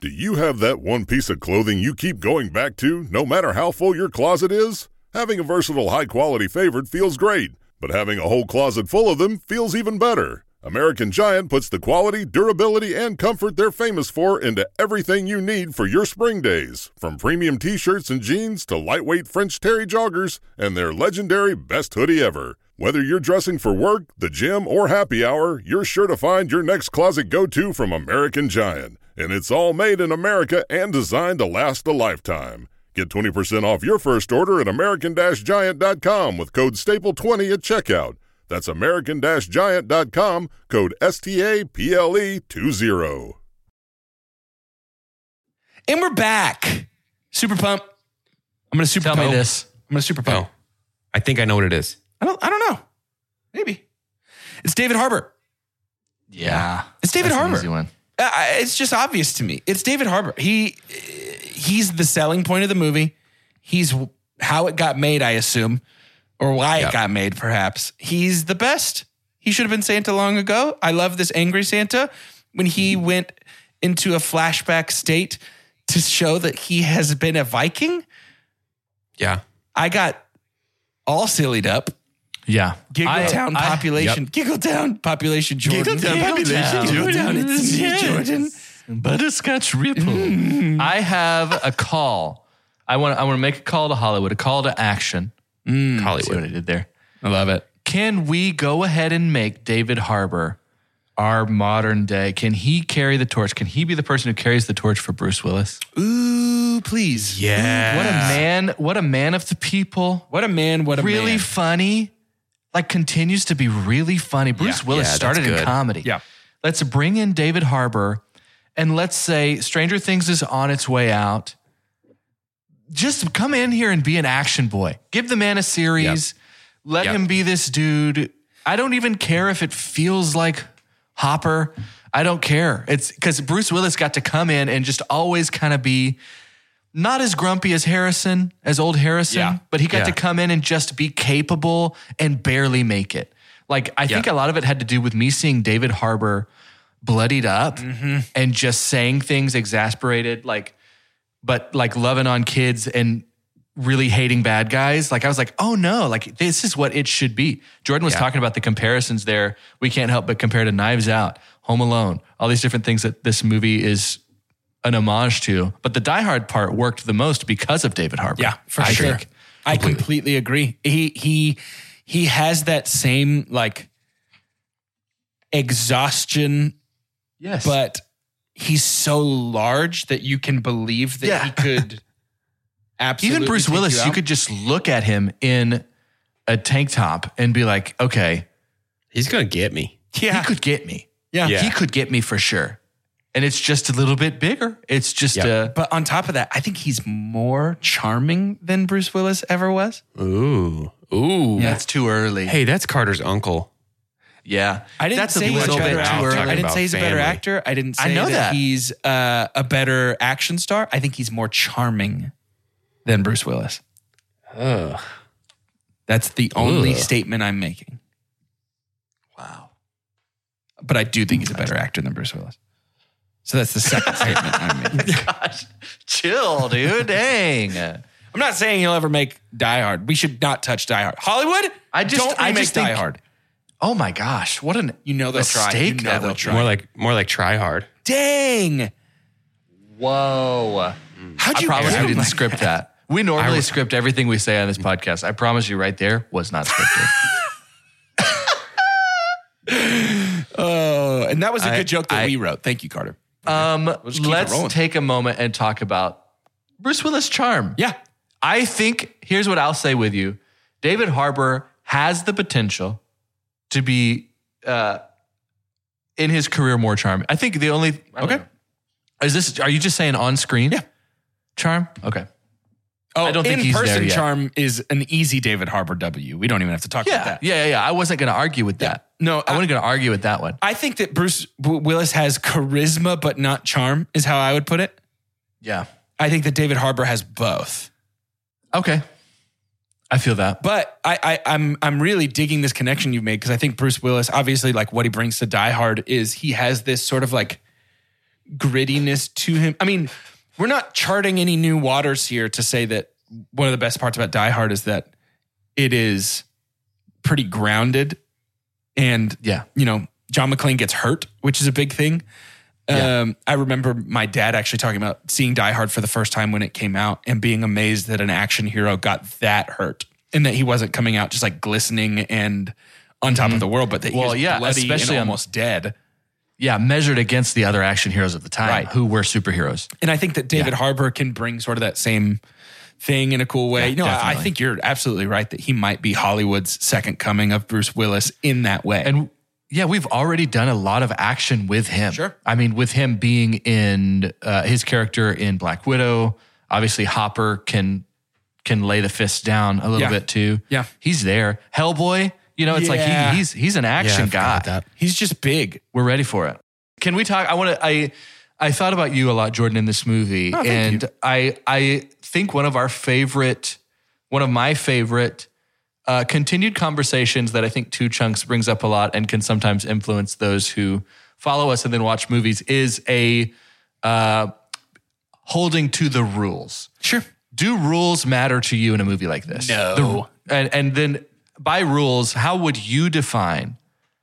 E: Do you have that one piece of clothing you keep going back to no matter how full your closet is? Having a versatile, high quality favorite feels great, but having a whole closet full of them feels even better. American Giant puts the quality, durability, and comfort they're famous for into everything you need for your spring days, from premium t shirts and jeans to lightweight French terry joggers and their legendary best hoodie ever. Whether you're dressing for work, the gym, or happy hour, you're sure to find your next closet go to from American Giant. And it's all made in America and designed to last a lifetime. Get 20% off your first order at American Giant.com with code STAPLE20 at checkout. That's American Giant.com, code E STAPLE20.
A: And we're back. Super pump. I'm gonna super
C: Tell
A: pump.
C: me this.
A: I'm gonna super pump.
B: Oh, I think I know what it is.
A: I don't I don't know. Maybe. It's David Harbor.
C: Yeah.
A: It's David
C: That's an
A: Harbour.
C: easy one.
A: Uh, I- it's just obvious to me. It's David Harbour. He uh, he's the selling point of the movie. He's w- how it got made, I assume, or why
B: Yeah.
A: it got made, perhaps. He's the best. He should have been Santa long ago. I love this angry Santa when he
C: Mm-hmm.
A: went into a flashback state to show that he has been a Viking.
B: Yeah.
A: I got all sillied up.
C: Yeah.
A: Giggle
C: I-
A: town
C: I-
A: population. Giggle town population. Jordan.
C: population,
A: Giggle town.
C: Jordan.
A: It's me,
C: Yes.
A: Jordan.
C: Butterscotch Ripple. I have a call. I want I want to make a call to Hollywood, a call to action. See what
B: Hollywood.
C: I did there.
A: I love it.
C: Can we go ahead and make David Harbour our modern day? Can he carry the torch? Can he be the person who carries the torch for Bruce Willis?
A: Ooh, please.
B: Yeah.
C: What a man, what a man of the people.
A: What a man. What a
C: really
A: man.
C: funny. Like continues to be really funny. Bruce
B: Yeah,
C: Willis
B: that's
C: started in
B: good.
C: comedy.
A: Yeah.
C: Let's bring in David Harbour and let's say Stranger Things is on its way out. Just come in here and be an action boy. Give the man a series. Let
B: Yep.
C: him be this dude. I don't even care if it feels like Hopper. I don't care. It's because Bruce Willis got to come in and just always kind of be not as grumpy as Harrison, as old Harrison,
A: Yeah.
C: but he got
B: Yeah.
C: to come in and just be capable and barely make it. Like, I think a lot of it had to do with me seeing David Harbour bloodied up
A: Mm-hmm.
C: and just saying things exasperated, like, but like loving on kids and really hating bad guys. Like I was like, oh no, like this is what it should be. Jordan was talking about the comparisons there. We can't help but compare to Knives Out, Home Alone, all these different things that this movie is an homage to. But the Die Hard part worked the most because of David Harbour.
A: Yeah, for
C: I
A: sure.
C: think.
A: I completely agree. He he he has that same like exhaustion,
C: Yes.
A: but he's so large that you can believe that
C: Yeah.
A: he could absolutely
C: even Bruce
A: take
C: Willis,
A: you,
C: you,
A: out.
C: could just look at him in a tank top and be like, okay,
B: He's going to get me.
A: yeah
C: he could get me.
A: yeah.
B: Yeah.
C: He could get me for sure. And it's just a little bit bigger. It's just
B: Yep.
C: a
A: But on top of that, I think he's more charming than Bruce Willis ever was.
B: Ooh. Ooh.
C: That's too early.
B: Hey, that's Carter's uncle.
C: yeah,
A: I didn't
C: That's
A: say
C: a
A: he's a
C: little
A: better
C: bit too
A: actor.
C: early.
A: I didn't
B: about
A: say he's a better
B: family.
A: actor. I didn't say
C: I know
A: that,
C: that.
A: he's uh, a better action star. I think he's more charming than Bruce Willis.
B: Ugh.
A: That's the only
B: Ugh.
A: statement I'm making.
C: Wow.
A: But I do think he's a better actor than Bruce Willis. So that's the second statement I'm making.
C: Gosh, chill, dude. Dang.
A: I'm not saying he'll ever make Die Hard. We should not touch Die Hard. Hollywood,
C: I just-
A: don't
C: I
A: remake
C: just
A: Die
C: think-
A: Hard.
C: Oh my gosh, what an
A: You know they'll try. You
C: mistake
A: know
C: that
A: they'll
C: would be.
A: try.
B: More like more like try hard.
A: Dang.
C: Whoa!
A: How'd
C: I
A: you
C: promise
A: oh
C: we
A: my
C: didn't script that. We normally
B: re-
C: script everything we say on this podcast. I promise you, right there was not scripted.
A: Oh, and that was a
B: I-
A: good joke that
B: I-
A: we wrote. Thank you, Carter.
C: Um,
A: just keep it
C: let's
A: rolling.
C: take a moment and talk about Bruce Willis' charm.
A: Yeah.
C: I think here's what I'll say with you: David Harbour has the potential to be uh, in his career more charming. I think the only okay. Is this? Are you just saying on screen?
A: Yeah.
C: Charm. Okay.
A: Oh,
C: I don't think
A: in
C: he's there
A: person
C: yet.
A: charm is an easy David Harbor W. We don't even have to talk about
C: Yeah.
A: that.
C: Yeah. Yeah. yeah. I wasn't going to argue with that.
A: No, I-
C: I wasn't going to argue with that one.
A: I think that Bruce W- Willis has charisma but not charm is how I would put it.
C: Yeah.
A: I think that David Harbour has both.
C: Okay. I feel that.
A: But I, I I'm I'm really digging this connection you've made because I think Bruce Willis, obviously, like what he brings to Die Hard is he has this sort of like grittiness to him. I mean, we're not charting any new waters here to say that one of the best parts about Die Hard is that it is pretty grounded and
C: Yeah.
A: you know, John McClane gets hurt, which is a big thing.
C: Yeah.
A: Um, I remember my dad actually talking about seeing Die Hard for the first time when it came out and being amazed that an action hero got that hurt and that he wasn't coming out just like glistening and on top of the world, but that he
C: Mm-hmm. Well,
A: was
C: yeah,
A: bloody
C: especially
A: and
C: on-
A: almost dead.
C: Yeah. Measured against the other action heroes of the time
A: Right.
C: who were superheroes.
A: And I think that David Harbour can bring sort of that same thing in a cool way. no, I- I
C: definitely.
A: think you're absolutely right that he might be Hollywood's second coming of Bruce Willis in that way.
C: And yeah, we've already done a lot of action with him.
A: Sure.
C: I mean, with him being in uh, his character in Black Widow, obviously Hopper can can lay the fist down a little
A: Yeah.
C: bit too.
A: Yeah.
C: He's there. Hellboy, you know, it's like
A: Yeah.
C: he, he's he's an action guy.
A: he's just big.
C: We're ready for it. Can we talk? I want to. I I thought about you a lot, Jordan, in this movie,
A: Oh, thank
C: and
A: you.
C: I I think one of our favorite, one of my favorite. Uh, continued conversations that I think Two Chunks brings up a lot and can sometimes influence those who follow us and then watch movies is a uh, holding to the rules
A: Sure.
C: do rules matter to you in a movie like this?
A: No.
C: The- and and then by rules, how would you define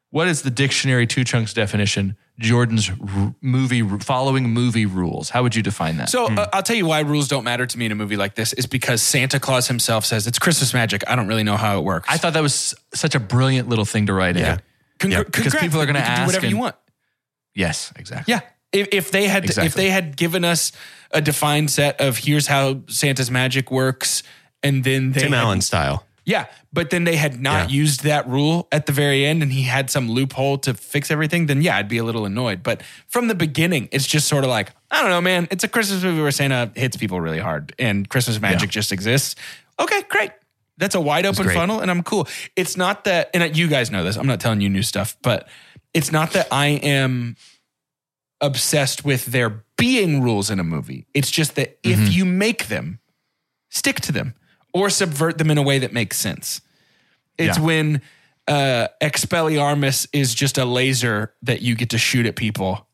C: what is the dictionary two chunks definition? Jordan's r- movie following movie rules. How would you define that?
A: So uh, I'll tell you why rules don't matter to me in a movie like this is because Santa Claus himself says it's Christmas magic. I don't really know how it works.
C: I thought that was such a brilliant little thing to write in.
A: Congr-
B: Yeah,
A: because people are going to ask do whatever you
C: and-
A: want.
C: Yes, exactly.
A: Yeah. If, if they had if
C: Exactly.
A: they had given us a defined set of here's how Santa's magic works, and then they
B: Tim
A: had-
B: Allen style.
A: yeah, but then they had not used that rule at the very end, and he had some loophole to fix everything. Then yeah, I'd be a little annoyed. But from the beginning, it's just sort of like I don't know, man. It's a Christmas movie where Santa hits people really hard, and Christmas magic just exists. Okay, great. That's a wide open
B: great.
A: funnel, and I'm cool. It's not that, and you guys know this. I'm not telling you new stuff, but it's not that I am obsessed with there being rules in a movie. It's just that
C: Mm-hmm.
A: if you make them, stick to them or subvert them in a way that makes sense. It's
C: Yeah.
A: when uh, Expelliarmus is just a laser that you get to shoot at people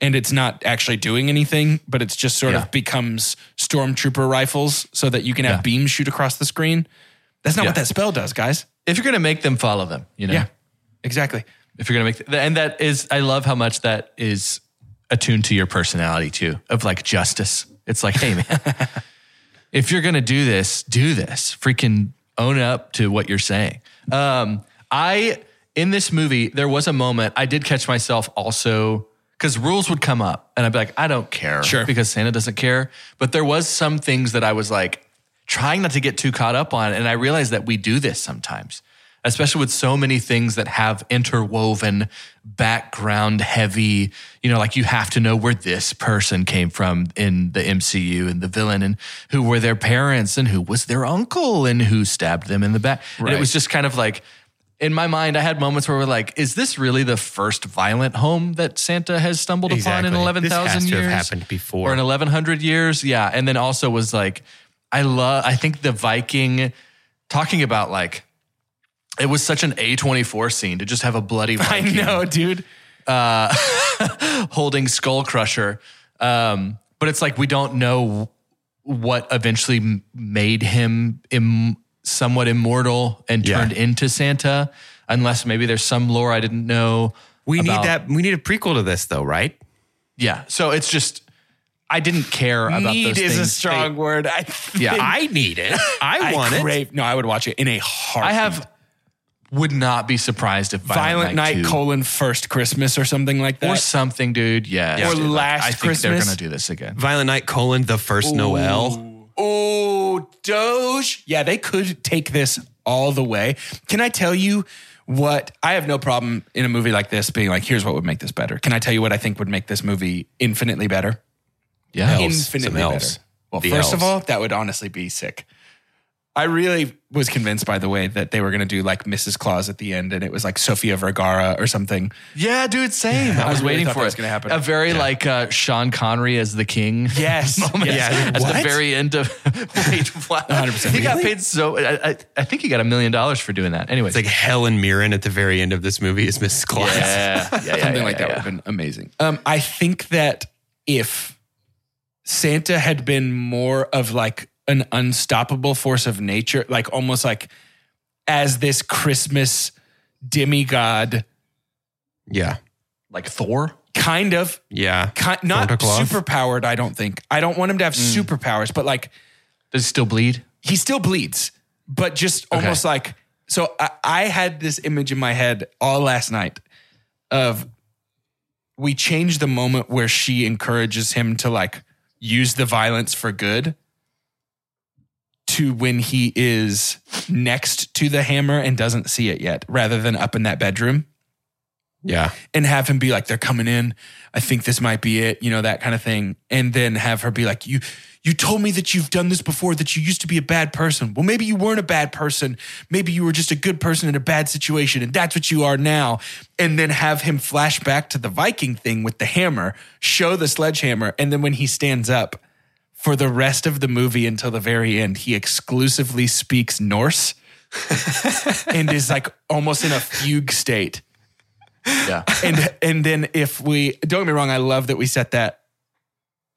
A: and it's not actually doing anything, but it's just sort
C: Yeah.
A: of becomes stormtrooper rifles so that you can have
C: Yeah.
A: beams shoot across the screen. That's not
C: Yeah.
A: what that spell does, guys.
C: If you're going to make them follow them, you know.
A: Yeah, exactly.
C: If you're going to make th- and that is I love how much that is attuned to your personality too of like justice. It's like, hey man, if you're going to do this, do this. Freaking own up to what you're saying. Um, I, in this movie, there was a moment I did catch myself also because rules would come up and I'd be like, I don't care.
A: Sure.
C: Because Santa doesn't care. But there was some things that I was like trying not to get too caught up on. And I realized that we do this sometimes, especially with so many things that have interwoven background heavy, you know, like you have to know where this person came from in the MCU and the villain and who were their parents and who was their uncle and who stabbed them in the back. And
A: Right.
C: it was just kind of like, in my mind, I had moments where we're like, is this really the first violent home that Santa has stumbled upon in
B: Exactly.
C: 11,000
B: This has
C: years?
B: to have happened before.
C: Or in 1,100 years? Yeah. And then also was like, I love, I think the Viking talking about like, it was such an A24 scene to just have a bloody
A: I
C: Viking uh,
A: know, dude.
C: holding Skull Crusher. Um, but it's like we don't know what eventually m- made him Im- somewhat immortal and
B: Yeah.
C: turned into Santa, unless maybe there's some lore I didn't know.
B: We
C: about-
B: need that. We need a prequel to this, though, right?
C: Yeah. So it's just I didn't care about
A: Need
C: those
A: is a
C: things.
A: strong
C: They-
A: word. I
C: Yeah,
A: think-
B: I need it. I
A: I
B: want it.
A: crave- No, I would watch it in a heartbeat.
C: I have would not be surprised if
A: Violent
C: Violent,
A: Night,
C: 2
A: colon first Christmas or something like that.
C: or something, dude. Yeah.
A: Or
C: dude, like,
A: Last
C: I think they're
A: Christmas.
C: gonna do this again.
B: Violent Night: colon, The First Noel.
A: Oh, Doge. Yeah, they could take this all the way. Can I tell you what I have no problem in a movie like this being like, here's what would make this better. Can I tell you what I think would make this movie infinitely better?
B: Yeah. Elves, some
A: infinitely better.
B: elves.
A: Well,
B: The
A: first of
B: elves.
A: all, that would honestly be sick. I really was convinced by the way that they were going to do like Mrs. Claus at the end, and it was like Sofia Vergara or something.
C: Yeah, dude, same. I was
A: really
C: waiting
A: thought
C: for
A: that
C: it.
A: was gonna happen.
C: A very like uh, Sean Connery as the king.
A: Yes.
C: moment
A: Yes.
C: At
A: What?
C: the very end of wait, what?
A: 100%.
C: He got
A: Really?
C: paid so. I, I, I think he got a million dollars for doing that. Anyways,
B: It's like Helen Mirren at the very end of this movie is Mrs. Claus.
C: yeah, yeah, yeah,
A: something
C: yeah,
A: like that
C: yeah.
A: would have been amazing. Um, I think that if Santa had been more of like an unstoppable force of nature, like almost like as this Christmas demigod,
B: Yeah.
C: Like Thor.
A: kind of,
B: Yeah.
A: ki- not
B: Santa Claus?
A: super powered. I don't think. I don't want him to have superpowers, but like
C: Mm. Does it still bleed?
A: he still bleeds, but just almost like so. I, I had this image in my head all last night of we changed the moment where she encourages him to like use the violence for good to when he is next to the hammer and doesn't see it yet, rather than up in that bedroom
B: Yeah.
A: and have him be like, "They're coming in. I think this might be it," you know, that kind of thing. And then have her be like, "You, you told me that you've done this before. That you used to be a bad person. Well, maybe you weren't a bad person. Maybe you were just a good person in a bad situation, and that's what you are now." And then have him flash back to the Viking thing with the hammer, show the sledgehammer, and then when he stands up. For the rest of the movie until the very end, he exclusively speaks Norse and is like almost in a fugue state
C: Yeah.
A: and and then if we don't get me wrong, I love that we set that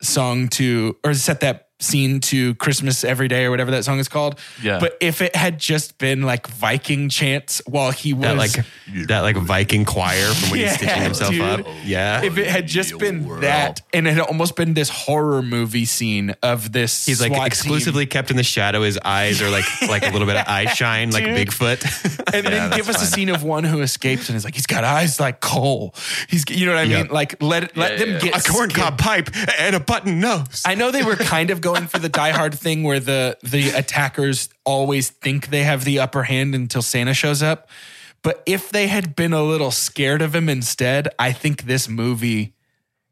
A: song to or set that scene to Christmas every day or whatever that song is called.
C: Yeah.
A: But if it had just been like Viking chants while he was
B: That like that like Viking choir from when
A: Yeah,
B: he's stitching himself
A: dude.
B: up. Yeah.
A: if it had just been
C: Yo,
A: that and it had almost been this horror movie scene of this
B: He's like
A: SWAT team.
B: exclusively kept in the shadow. His eyes are like like a little bit of eye shine, like
A: Dude.
B: Bigfoot.
A: and then give us a scene of one who escapes and is like he's got eyes like coal. He's you know what I
B: Yeah.
A: mean? Like let it- let
C: Yeah,
A: them
C: yeah,
A: get
B: a corn cob pipe and a button nose.
A: I know they were kind of going for the Die Hard thing where the the attackers always think they have the upper hand until Santa shows up. But if they had been a little scared of him instead, I think this movie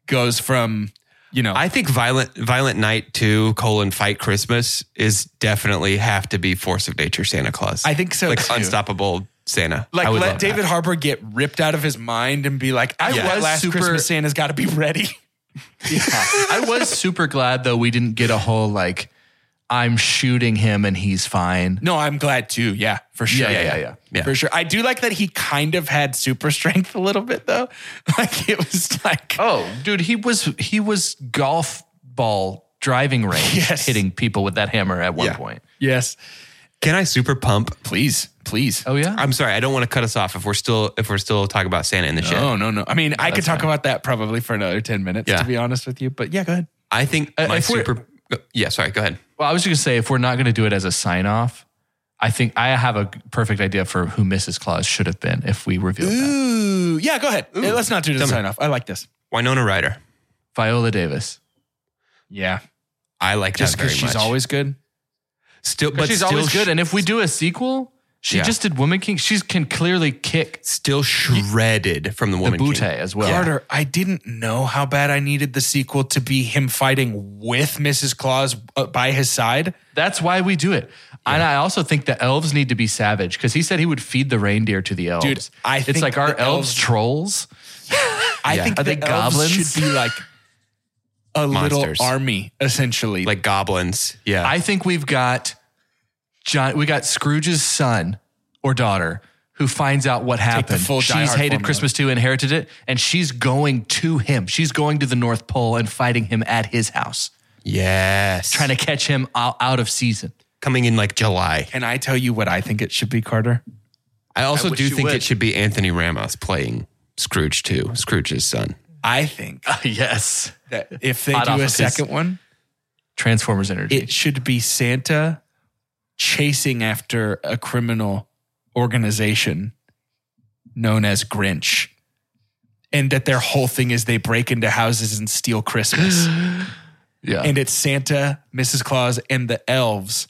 A: goes from you know
B: I think violent violent night two colon fight Christmas is definitely have to be force of nature Santa Claus.
A: I think so,
B: like
A: too.
B: unstoppable Santa.
A: like
B: I would
A: let
B: love that.
A: David Harbour get ripped out of his mind and be like, I
C: Yeah.
A: was
C: was
A: last
C: super-
A: Christmas Santa's got to be ready.
C: I was super glad though we didn't get a whole like I'm shooting him and he's fine.
A: No, I'm glad too. Yeah, for sure.
C: Yeah, yeah, yeah, yeah.
B: Yeah.
A: For sure. I do like that he kind of had super strength a little bit though. Like it was like
C: Oh, dude, he was he was golf ball driving range
A: Yes.
C: hitting people with that hammer at one
B: Yeah.
C: point.
A: yes,
B: Can I super pump?
A: please, please.
C: Oh yeah.
B: I'm sorry, I don't want to cut us off if we're still if we're still talking about Santa and the shit.
A: Oh no, no. I mean, I could talk about that probably for another ten minutes,
B: Yeah.
A: to be honest with you. But yeah, go ahead.
B: I think my
C: if we're-
B: super. Yeah, sorry. Go ahead.
C: Well, I was just gonna say if we're not gonna do it as a sign off, I think I have a perfect idea for who Mrs. Claus should have been if we revealed that.
A: Ooh, yeah, go ahead. Yeah, Let's not do the sign off. I like this.
B: Winona Ryder.
C: Viola Davis.
A: Yeah,
B: I like
A: just
B: that very
A: because she's
B: much.
A: always good.
B: still, but
C: she's
B: still
C: always
B: sh-
C: good. And if we do a sequel, she
B: Yeah.
C: just did Woman King. She can clearly kick
B: still shredded from the
C: the
B: woman.
C: bootay
B: King.
C: as well.
A: Carter, I didn't know how bad I needed the sequel to be him fighting with Mrs. Claus uh, by his side.
C: That's why we do it. And I also think the elves need to be savage because he said he would feed the reindeer to the elves.
A: Dude, I
C: it's
A: think
C: like our
A: the
C: elves,
A: elves-
C: trolls.
A: I
B: Yeah.
A: think
C: Are
A: the
C: they
A: elves
C: goblins?
A: should be like a
B: Monsters.
A: little army, essentially.
B: like goblins. Yeah,
C: I think we've got John. We got Scrooge's son or daughter who finds out what happened.
A: full Die
C: she's
A: Hard
C: hated
A: formula.
C: Christmas too, inherited it, and she's going to him. She's going to the North Pole and fighting him at his house,
B: yes.
C: trying to catch him out, out of season.
B: coming in like July.
A: Can I tell you what I think it should be, Carter?
B: I also
C: wish
B: do
C: you
B: think
C: would.
B: it should be Anthony Ramos playing Scrooge too, Scrooge's son.
A: I think
C: yes,
A: that if they
C: Hot off
A: do
C: of
A: a
C: his-
A: second one,
C: Transformers energy.
A: it should be Santa chasing after a criminal organization known as Grinch. And that their whole thing is they break into houses and steal Christmas.
C: yeah,
A: and it's Santa, Mrs. Claus, and the elves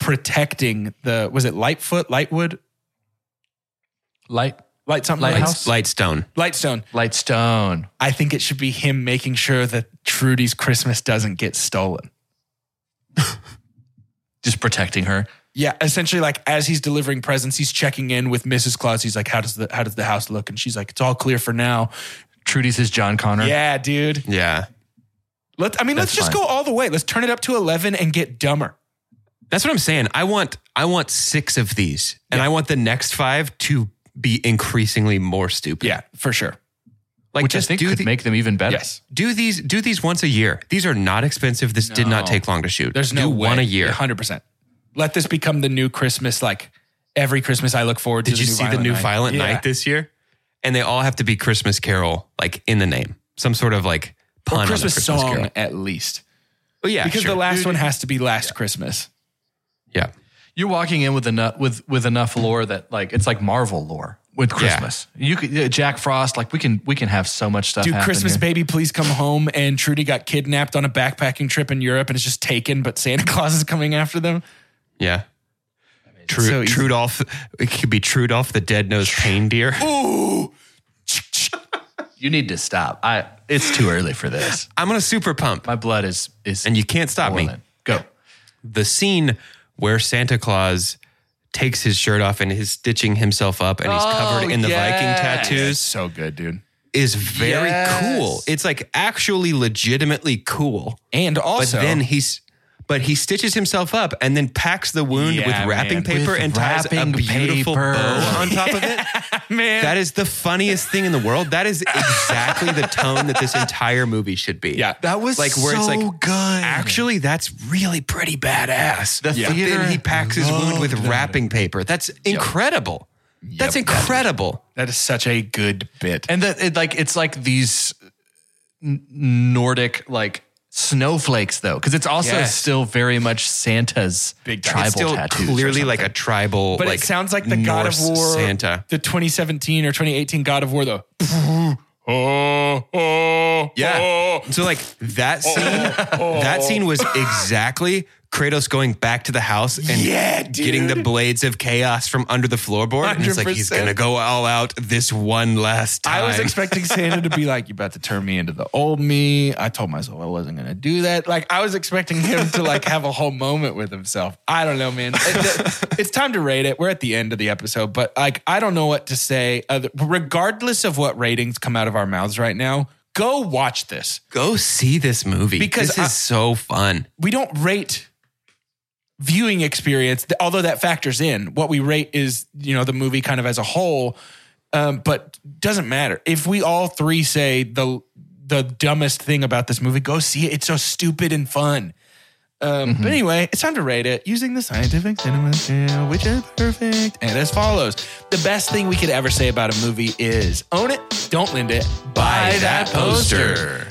A: protecting the was it Lightfoot, Lightwood?
C: Light
A: Light something
C: Lighthouse?
A: lighthouse.
B: Lightstone.
A: Lightstone.
C: Lightstone.
A: I think it should be him making sure that Trudy's Christmas doesn't get stolen.
C: Just protecting her.
A: Yeah, essentially, like as he's delivering presents, he's checking in with Mrs. Claus. He's like, "How does the how does the house look?" And she's like, "It's all clear for now."
C: Trudy's his John Connor.
A: Yeah, dude.
B: Yeah.
A: Let I mean, let's
C: That's
A: just
C: fine.
A: go all the way. Let's turn it up to eleven and get dumber.
B: That's what I'm saying. I want I want six of these, and I want the next five to be increasingly more stupid.
A: Yeah, for sure.
B: like
C: Which
B: just
C: I think
B: do
C: could
B: the-
C: make them even better.
A: Yes.
B: do these do these once a year. These are not expensive. This did not
C: No.
B: take long to shoot.
A: There's no
B: do
A: way.
B: one a year.
A: Hundred percent. Let this become the new Christmas. Like every Christmas, I look forward.
B: Did
A: to
B: you
A: the new
B: see the
A: Violent
B: new
A: Night.
B: Violent
A: Yeah.
B: Night this year? And they all have to be Christmas Carol, like in the name, some sort of like pun
A: or
B: on the
A: Christmas,
B: Christmas
A: song
B: Carol.
A: at least?
B: Oh yeah,
A: because
B: sure.
A: the last one has to be Last Christmas.
B: yeah.
C: You're walking in with enough with with enough lore that like it's like Marvel lore with Christmas. You could yeah, Jack Frost. Like we can we can have so much stuff.
A: Do
C: happen
A: Christmas
C: here.
A: Baby Please Come Home and Trudy got kidnapped on a backpacking trip in Europe and it's just taken, but Santa Claus is coming after them.
B: Yeah. Tru-
A: so easy.
B: Trudolph, it could be Trudolph the dead nosed reindeer.
C: You need to stop. I. It's too early for this.
B: I'm on a super pump,
C: My blood is is
B: and you can't stop me.
C: boiling. Go.
B: The scene where Santa Claus takes his shirt off and is stitching himself up, and he's
A: Oh,
B: covered in the
C: yes.
B: Viking tattoos
C: So good, dude.
B: is very
C: Yes.
B: cool. It's like actually legitimately cool.
A: And
B: But
A: also,
B: then he's but he stitches himself up and then packs the wound
A: Yeah,
B: with wrapping
A: man.
B: paper
C: With
B: and ties a
C: wrapping
B: beautiful
C: paper.
B: bow on top of it.
A: man,
B: That is the funniest thing in the world. That is exactly the tone that this entire movie should be.
A: Yeah.
C: That was
B: like where it's
C: so
B: like
C: good.
B: Actually, that's really pretty badass.
C: The
B: But
C: theater
B: Then he packs his wound with wrapping paper. That's incredible. That's incredible.
A: that is such a good bit.
C: and that it like it's like these n- Nordic like snowflakes though, because it's also
A: Yes.
C: still very much Santa's
A: Big time.
C: tribal
B: it's still
C: tattoos. or
B: clearly
C: something.
B: like a tribal.
A: but
B: like,
A: it sounds like the God of
B: Norse
A: War,
B: Santa.
A: the 2017 or 2018 God of War, though. oh, oh,
B: Yeah.
A: oh.
B: So like that scene, that scene was exactly Kratos going back to the house and
A: Yeah, dude.
B: getting the blades of chaos from under the floorboard. And he's like, he's
A: 100%.
B: gonna go all out this one last time.
A: I was expecting Santa to be like, "You about to turn me into the old me." I told myself I wasn't going to do that. Like I was expecting him to like have a whole moment with himself. I don't know, man. It- it's time to rate it. We're at the end of the episode, but like I don't know what to say. Other, regardless of what ratings come out of our mouths right now, go watch this.
B: go see this movie
A: Because
B: this
A: I-
B: is so fun.
A: We don't rate viewing experience, th- although that factors in. What we rate is you know the movie kind of as a whole, um, but doesn't matter if we all three say the the dumbest thing about this movie. Go see it; it's so stupid and fun. Um, But anyway, it's time to rate it using the scientific cinema scale, which is perfect and as follows: the best thing we could ever say about a movie is own it, don't lend it, buy, that poster.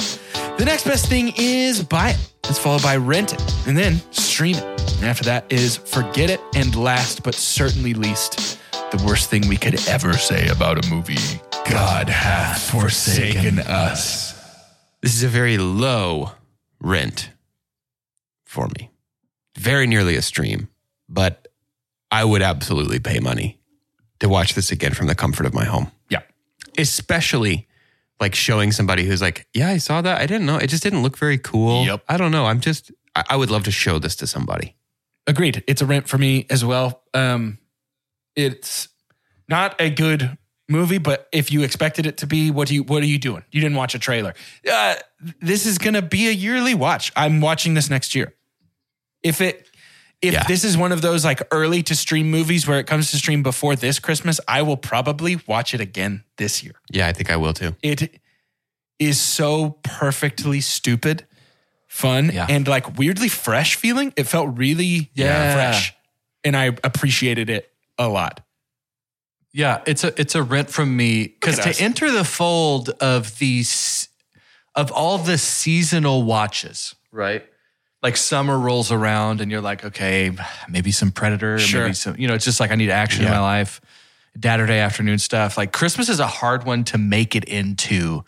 A: The next best thing is buy it. It's followed by rent it and then stream it. And after that is forget it. And last but certainly least, the worst thing we could ever say about a movie God hath forsaken us.
B: This is a very low rent for me. Very nearly a stream, but I would absolutely pay money to watch this again from the comfort of my home.
A: Yeah.
B: especially like showing somebody who's like, yeah, I saw that. I didn't know. It just didn't look very cool.
A: Yep.
B: I don't know. I'm just, I, I would love to show this to somebody.
A: Agreed. It's a rent for me as well. Um, it's not a good movie, but if you expected it to be, what do you what are you doing? You didn't watch a trailer. Uh, this is gonna be a yearly watch. I'm watching this next year. If it if
B: Yeah.
A: this is one of those like early to stream movies where it comes to stream before this Christmas, I will probably watch it again this year.
B: Yeah, I think I will too.
A: It is so perfectly stupid, fun,
C: Yeah.
A: and like weirdly fresh feeling. It felt really
C: Yeah.
A: fresh. And I appreciated it a lot.
C: Yeah, it's a it's a rent from me because
A: at us.
C: to enter the fold of these of all the seasonal watches, right? Like summer rolls around and you're like, okay, maybe some Predator,
A: Sure.
C: maybe some, you know, it's just like I need action in my life. Saturday afternoon stuff. Like Christmas is a hard one to make it into.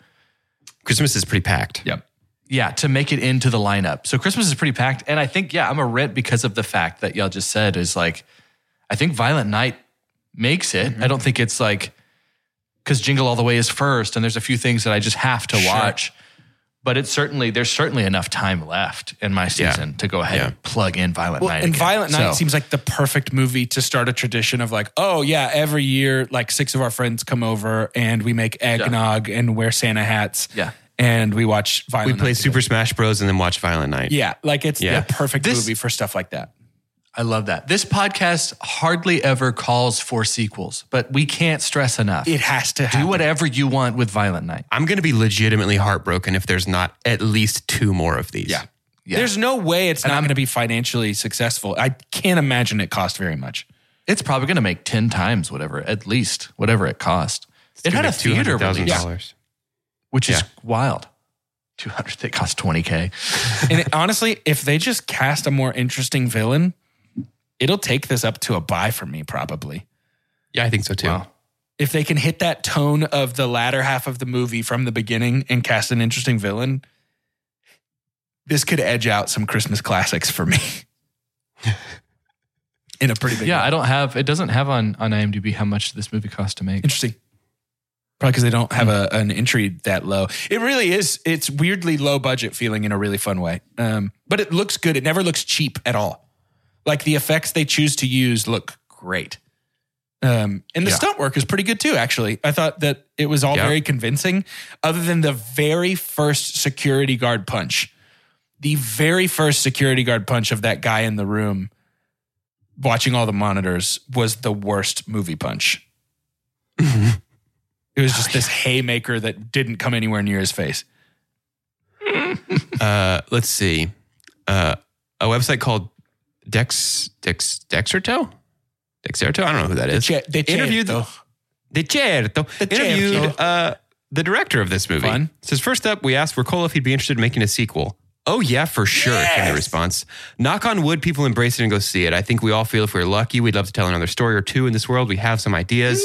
B: Christmas is pretty packed.
A: Yep.
C: Yeah, to make it into the lineup. So Christmas is pretty packed. And I think, yeah, I'm a rent because of the
A: Mm-hmm.
C: fact that y'all just said is like, I think Violent Night makes it. I don't think it's like because Jingle All the Way is first, and there's a few things that I just have to watch. But it's certainly there's certainly enough time left in my season to go ahead and plug in Violent
A: Well,
C: Night.
A: and
C: again.
A: Violent Night
C: So-
A: seems like the perfect movie to start a tradition of like, oh yeah, every year like six of our friends come over and we make eggnog and wear Santa hats.
C: Yeah.
A: And we watch Violent
B: We
A: Night
B: play
A: together.
B: Super Smash Bros. and then watch Violent Night.
A: Yeah, like it's
B: Yeah.
A: the perfect
C: This-
A: movie for stuff like that.
C: I love that. This podcast hardly ever calls for sequels, but we can't stress enough.
A: It has to happen.
C: Do whatever you want with Violent Night.
B: I'm going to be legitimately heartbroken if there's not at least two more of these.
A: Yeah. There's no way it's not going to be financially successful. I can't imagine it cost very much.
C: It's probably going to make 10 times whatever, at least whatever it cost. it had a theater
B: thousand
C: release,
B: dollars.
C: which is wild. 200, it cost 20K.
A: And it- honestly, if they just cast a more interesting villain, it'll take this up to a buy for me probably.
B: Yeah, I think so too.
C: Wow.
A: If they can hit that tone of the latter half of the movie from the beginning and cast an interesting villain, this could edge out some Christmas classics for me. In a pretty big
C: Yeah,
A: way.
C: I don't have, it doesn't have on, on IMDb how much this movie cost to make.
A: Interesting. Probably because they don't have a, an entry that low. It really is. It's weirdly low budget feeling in a really fun way. Um, but it looks good. It never looks cheap at all. Like the effects they choose to use look great. Um, and the stunt work is pretty good too, actually. I thought that it was all
B: Yeah.
A: very convincing, other than the very first security guard punch. The very first security guard punch of that guy in the room watching all the monitors was the worst movie punch. It was just this haymaker that didn't come anywhere near his face.
B: Uh, let's see. Uh, a website called Dex Dex Dexerto? Dexerto? I don't know who that is.
A: Che- they cheered,
B: interviewed
A: though.
B: De Certo. interviewed
A: Certo.
B: uh, the director of this movie.
A: Fun.
B: Says first up, we asked Ricola if he'd be interested in making a sequel. Oh yeah, for sure. Came the response. Knock on wood, people embrace it and go see it. I think we all feel if we're lucky, we'd love to tell another story or two in this world. We have some ideas.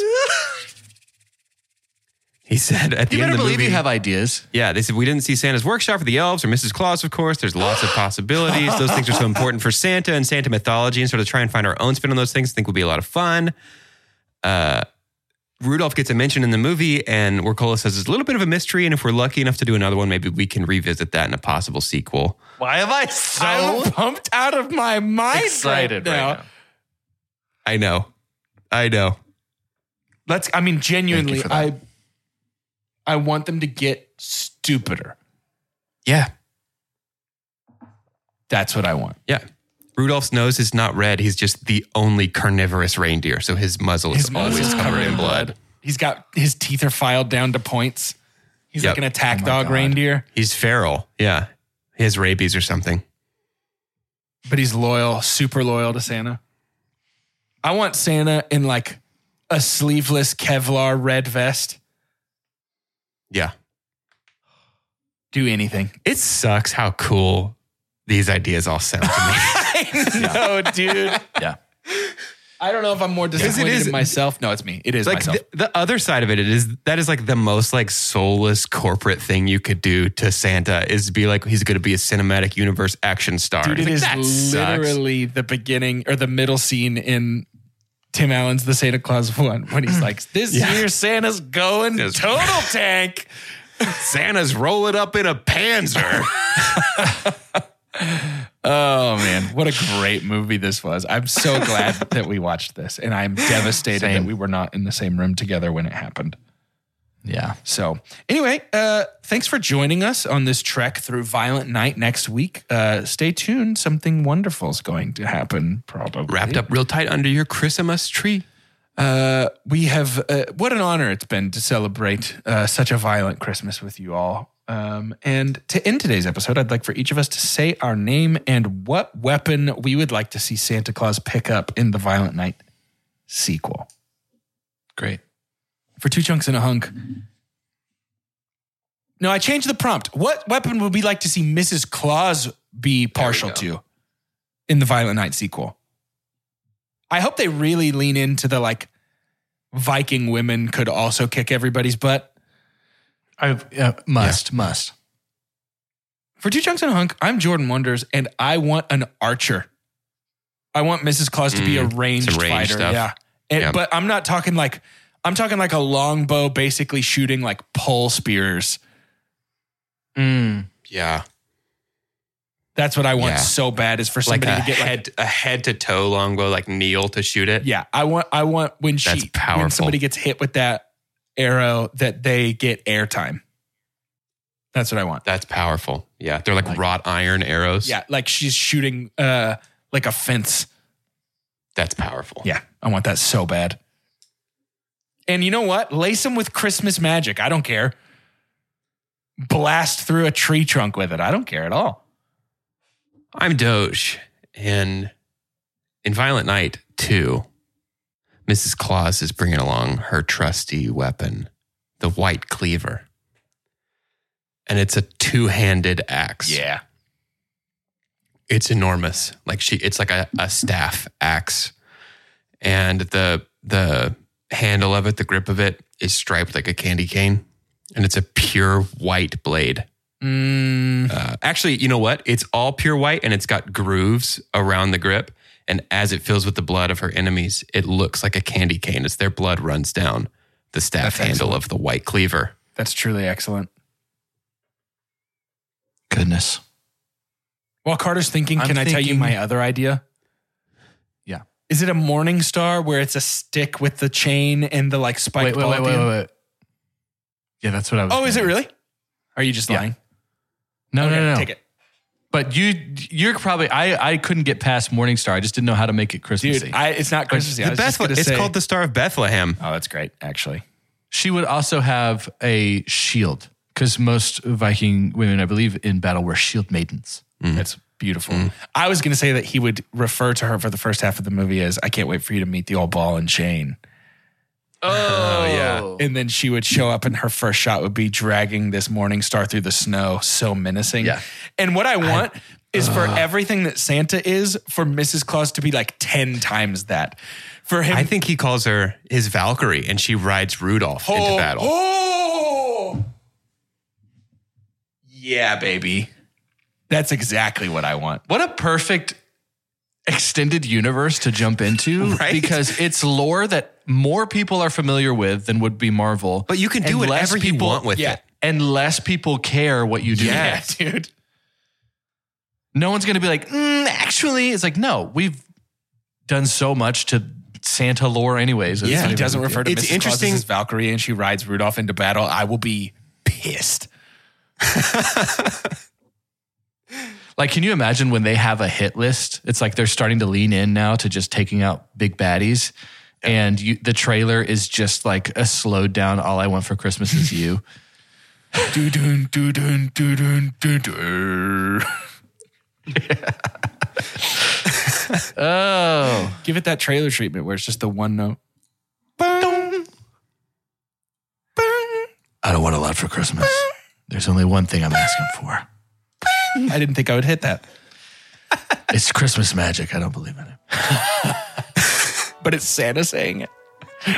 B: he said at the
C: You
B: end of
C: better
B: the
C: believe
B: movie.
C: you have ideas.
B: yeah, they said we didn't see Santa's workshop for the elves or Mrs. Claus, of course. There's lots of possibilities. Those things are so important for Santa and Santa mythology, and sort of try and find our own spin on those things. I think will be a lot of fun. Uh, Rudolph gets a mention in the movie, and Wercola says it's a little bit of a mystery. And if we're lucky enough to do another one, maybe we can revisit that in a possible sequel.
C: Why have I so
A: I'm pumped out of my mind
C: excited
A: right now.
C: right now?
B: I know, I know.
A: Let's. I mean, genuinely,
C: for that.
A: I I want them to get stupider.
B: Yeah,
A: That's what I want.
B: yeah. Rudolph's nose is not red. He's just the only carnivorous reindeer, so his muzzle is always covered in blood.
A: He's got his teeth are filed down to points. He's
B: Yep.
A: like an attack
C: Oh
A: dog reindeer,
B: He's feral. Yeah, he has rabies or something.
A: but he's loyal, super loyal to Santa. I want Santa in like a sleeveless Kevlar red vest.
B: Yeah,
A: Do anything.
B: it sucks how cool these ideas all sound to me.
A: no, dude.
C: Yeah.
A: I don't know if I'm more disappointed
B: is-
A: in myself. No, it's me. It is
B: like
A: myself.
B: the, the other side of it, it is that is like the most like soulless corporate thing you could do to Santa is be like he's going to be a cinematic universe action star.
A: Dude,
B: It's
A: it
B: like,
A: is
B: that sucks.
A: literally the beginning or the middle scene in Tim Allen's The Santa Claus One when he's like, "This year Santa's going
B: Just-
A: total tank."
B: Santa's rolling up in a Panzer.
A: Oh man, what a great movie this was! I'm so glad that we watched this, and I'm devastated that we were not in the same room together when it happened.
C: Yeah.
A: So, anyway, uh, thanks for joining us on this trek through Violent Night next week. Uh, stay tuned; something wonderful is going to happen. Probably
B: Wrapped up real tight under your Christmas tree.
A: Uh, we have uh, what an honor it's been to celebrate uh, such a violent Christmas with you all. Um, and to end today's episode, I'd like for each of us to say our name and what weapon we would like to see Santa Claus pick up in the Violent Night sequel.
C: Great.
A: For two chunks and a hunk. No, I changed the prompt. What weapon would we like to see Mrs. Claus be partial to in the Violent Night sequel? I hope they really lean into the like Viking women could also kick everybody's butt.
C: I uh, must, must.
A: For two chunks and a hunk, I'm Jordan Wonders, and I want an archer. I want Mrs. Claus to be a ranged
B: range
A: fighter.
B: stuff.
A: Yeah. And,
B: Yeah.
A: But I'm not talking like I'm talking like a longbow, basically shooting like pole spears. Mm.
B: Yeah.
A: That's what I want
B: Yeah.
A: so bad is for
B: Like
A: somebody
B: a
A: to get like
B: head a head to toe longbow, like kneel to shoot it.
A: Yeah, I want I want when she
B: That's
A: when
B: powerful.
A: somebody gets hit with that arrow that they get airtime. That's what I want.
B: That's powerful. Yeah. They're like, wrought iron arrows.
A: Yeah, like she's shooting uh like a fence.
B: That's powerful.
A: Yeah, I want that so bad. And you know what? Lace them with Christmas magic. I don't care. Blast through a tree trunk with it. I don't care at all.
B: I'm Doge. And in Violent Night 2, Mrs. Claus is bringing along her trusty weapon, the White Cleaver. And it's a two handed axe.
A: Yeah.
B: It's enormous. Like she, it's like a, a staff axe. And the, the handle of it, the grip of it is striped like a candy cane. And it's a pure white blade.
A: Mm,
B: Uh, actually, you know what? It's all pure white and it's got grooves around the grip. And as it fills with the blood of her enemies, it looks like a candy cane as their blood runs down the staff
A: That's
B: handle of the white cleaver.
A: that's truly excellent.
C: Goodness.
A: While Carter's thinking,
C: I'm
A: can I tell you
C: thinking-
A: my other idea?
C: Yeah.
A: Is it a morning star where it's a stick with the chain and the like spiked
C: Wait, wait,
A: ball?
C: wait,
A: at the
C: wait,
A: end?
C: wait, wait. Yeah, that's what I was.
A: Oh, is it
C: thinking.
A: really? Are you just
C: Yeah.
A: lying?
C: No,
A: Okay,
C: no, no, no.
A: Take it.
C: But you, you're probably. I, I couldn't get past Morningstar. I just didn't know how to make it Christmas.
A: Dude, I, it's not Christmas.
B: The Bethlehem. It's called the Star of Bethlehem.
A: Oh, that's great, actually.
C: she would also have a shield because most Viking women, I believe, in battle were shield maidens.
B: Mm-hmm.
A: That's beautiful. I was going to say that he would refer to her for the first half of the movie as I can't wait for you to meet the old ball and chain.
B: Oh, yeah.
A: And then she would show up, and her first shot would be dragging this morning star through the snow. So menacing.
C: Yeah.
A: And what I want is for everything that Santa is, for Mrs. Claus to be like 10 times that. For him.
B: I think he calls her his Valkyrie and she rides Rudolph
C: Oh,
B: into battle.
A: Oh! Yeah, baby. That's exactly what I want.
C: What a perfect extended universe to jump into
B: Right?
C: because it's lore that more people are familiar with than would be Marvel.
B: But you can do
C: And less
B: whatever you want with
A: yeah.
B: it.
C: and less people care what you do.
B: Yeah.
A: dude.
C: No one's going to be like, mm, actually, it's like, no, we've done so much to Santa lore, anyways. It's
A: Yeah,
C: not
A: he
C: even-
A: doesn't refer to
B: It's
A: Mrs.
B: interesting-
A: Claus as Valkyrie, and she rides Rudolph into battle. I will be pissed.
C: Like, can you imagine when they have a hit list? It's like they're starting to lean in now to just taking out big baddies. And you, the trailer is just like a slowed down, all I want for Christmas is you.
A: do dun do dun do dun do dun.
C: oh.
A: Give it that trailer treatment where it's just the one note.
C: I don't want a lot for Christmas. There's only one thing I'm asking for
A: I didn't think I would hit that,
C: it's Christmas magic. I don't believe in it.
A: but it's Santa saying it.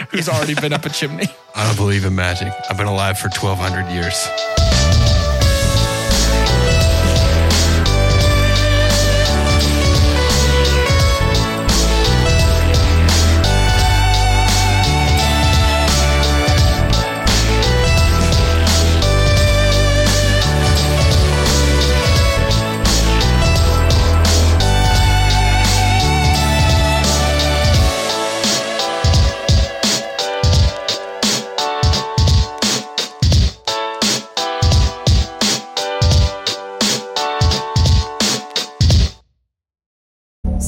A: Who's already been up a chimney?
B: I don't believe in magic. I've been alive for 1,200 years.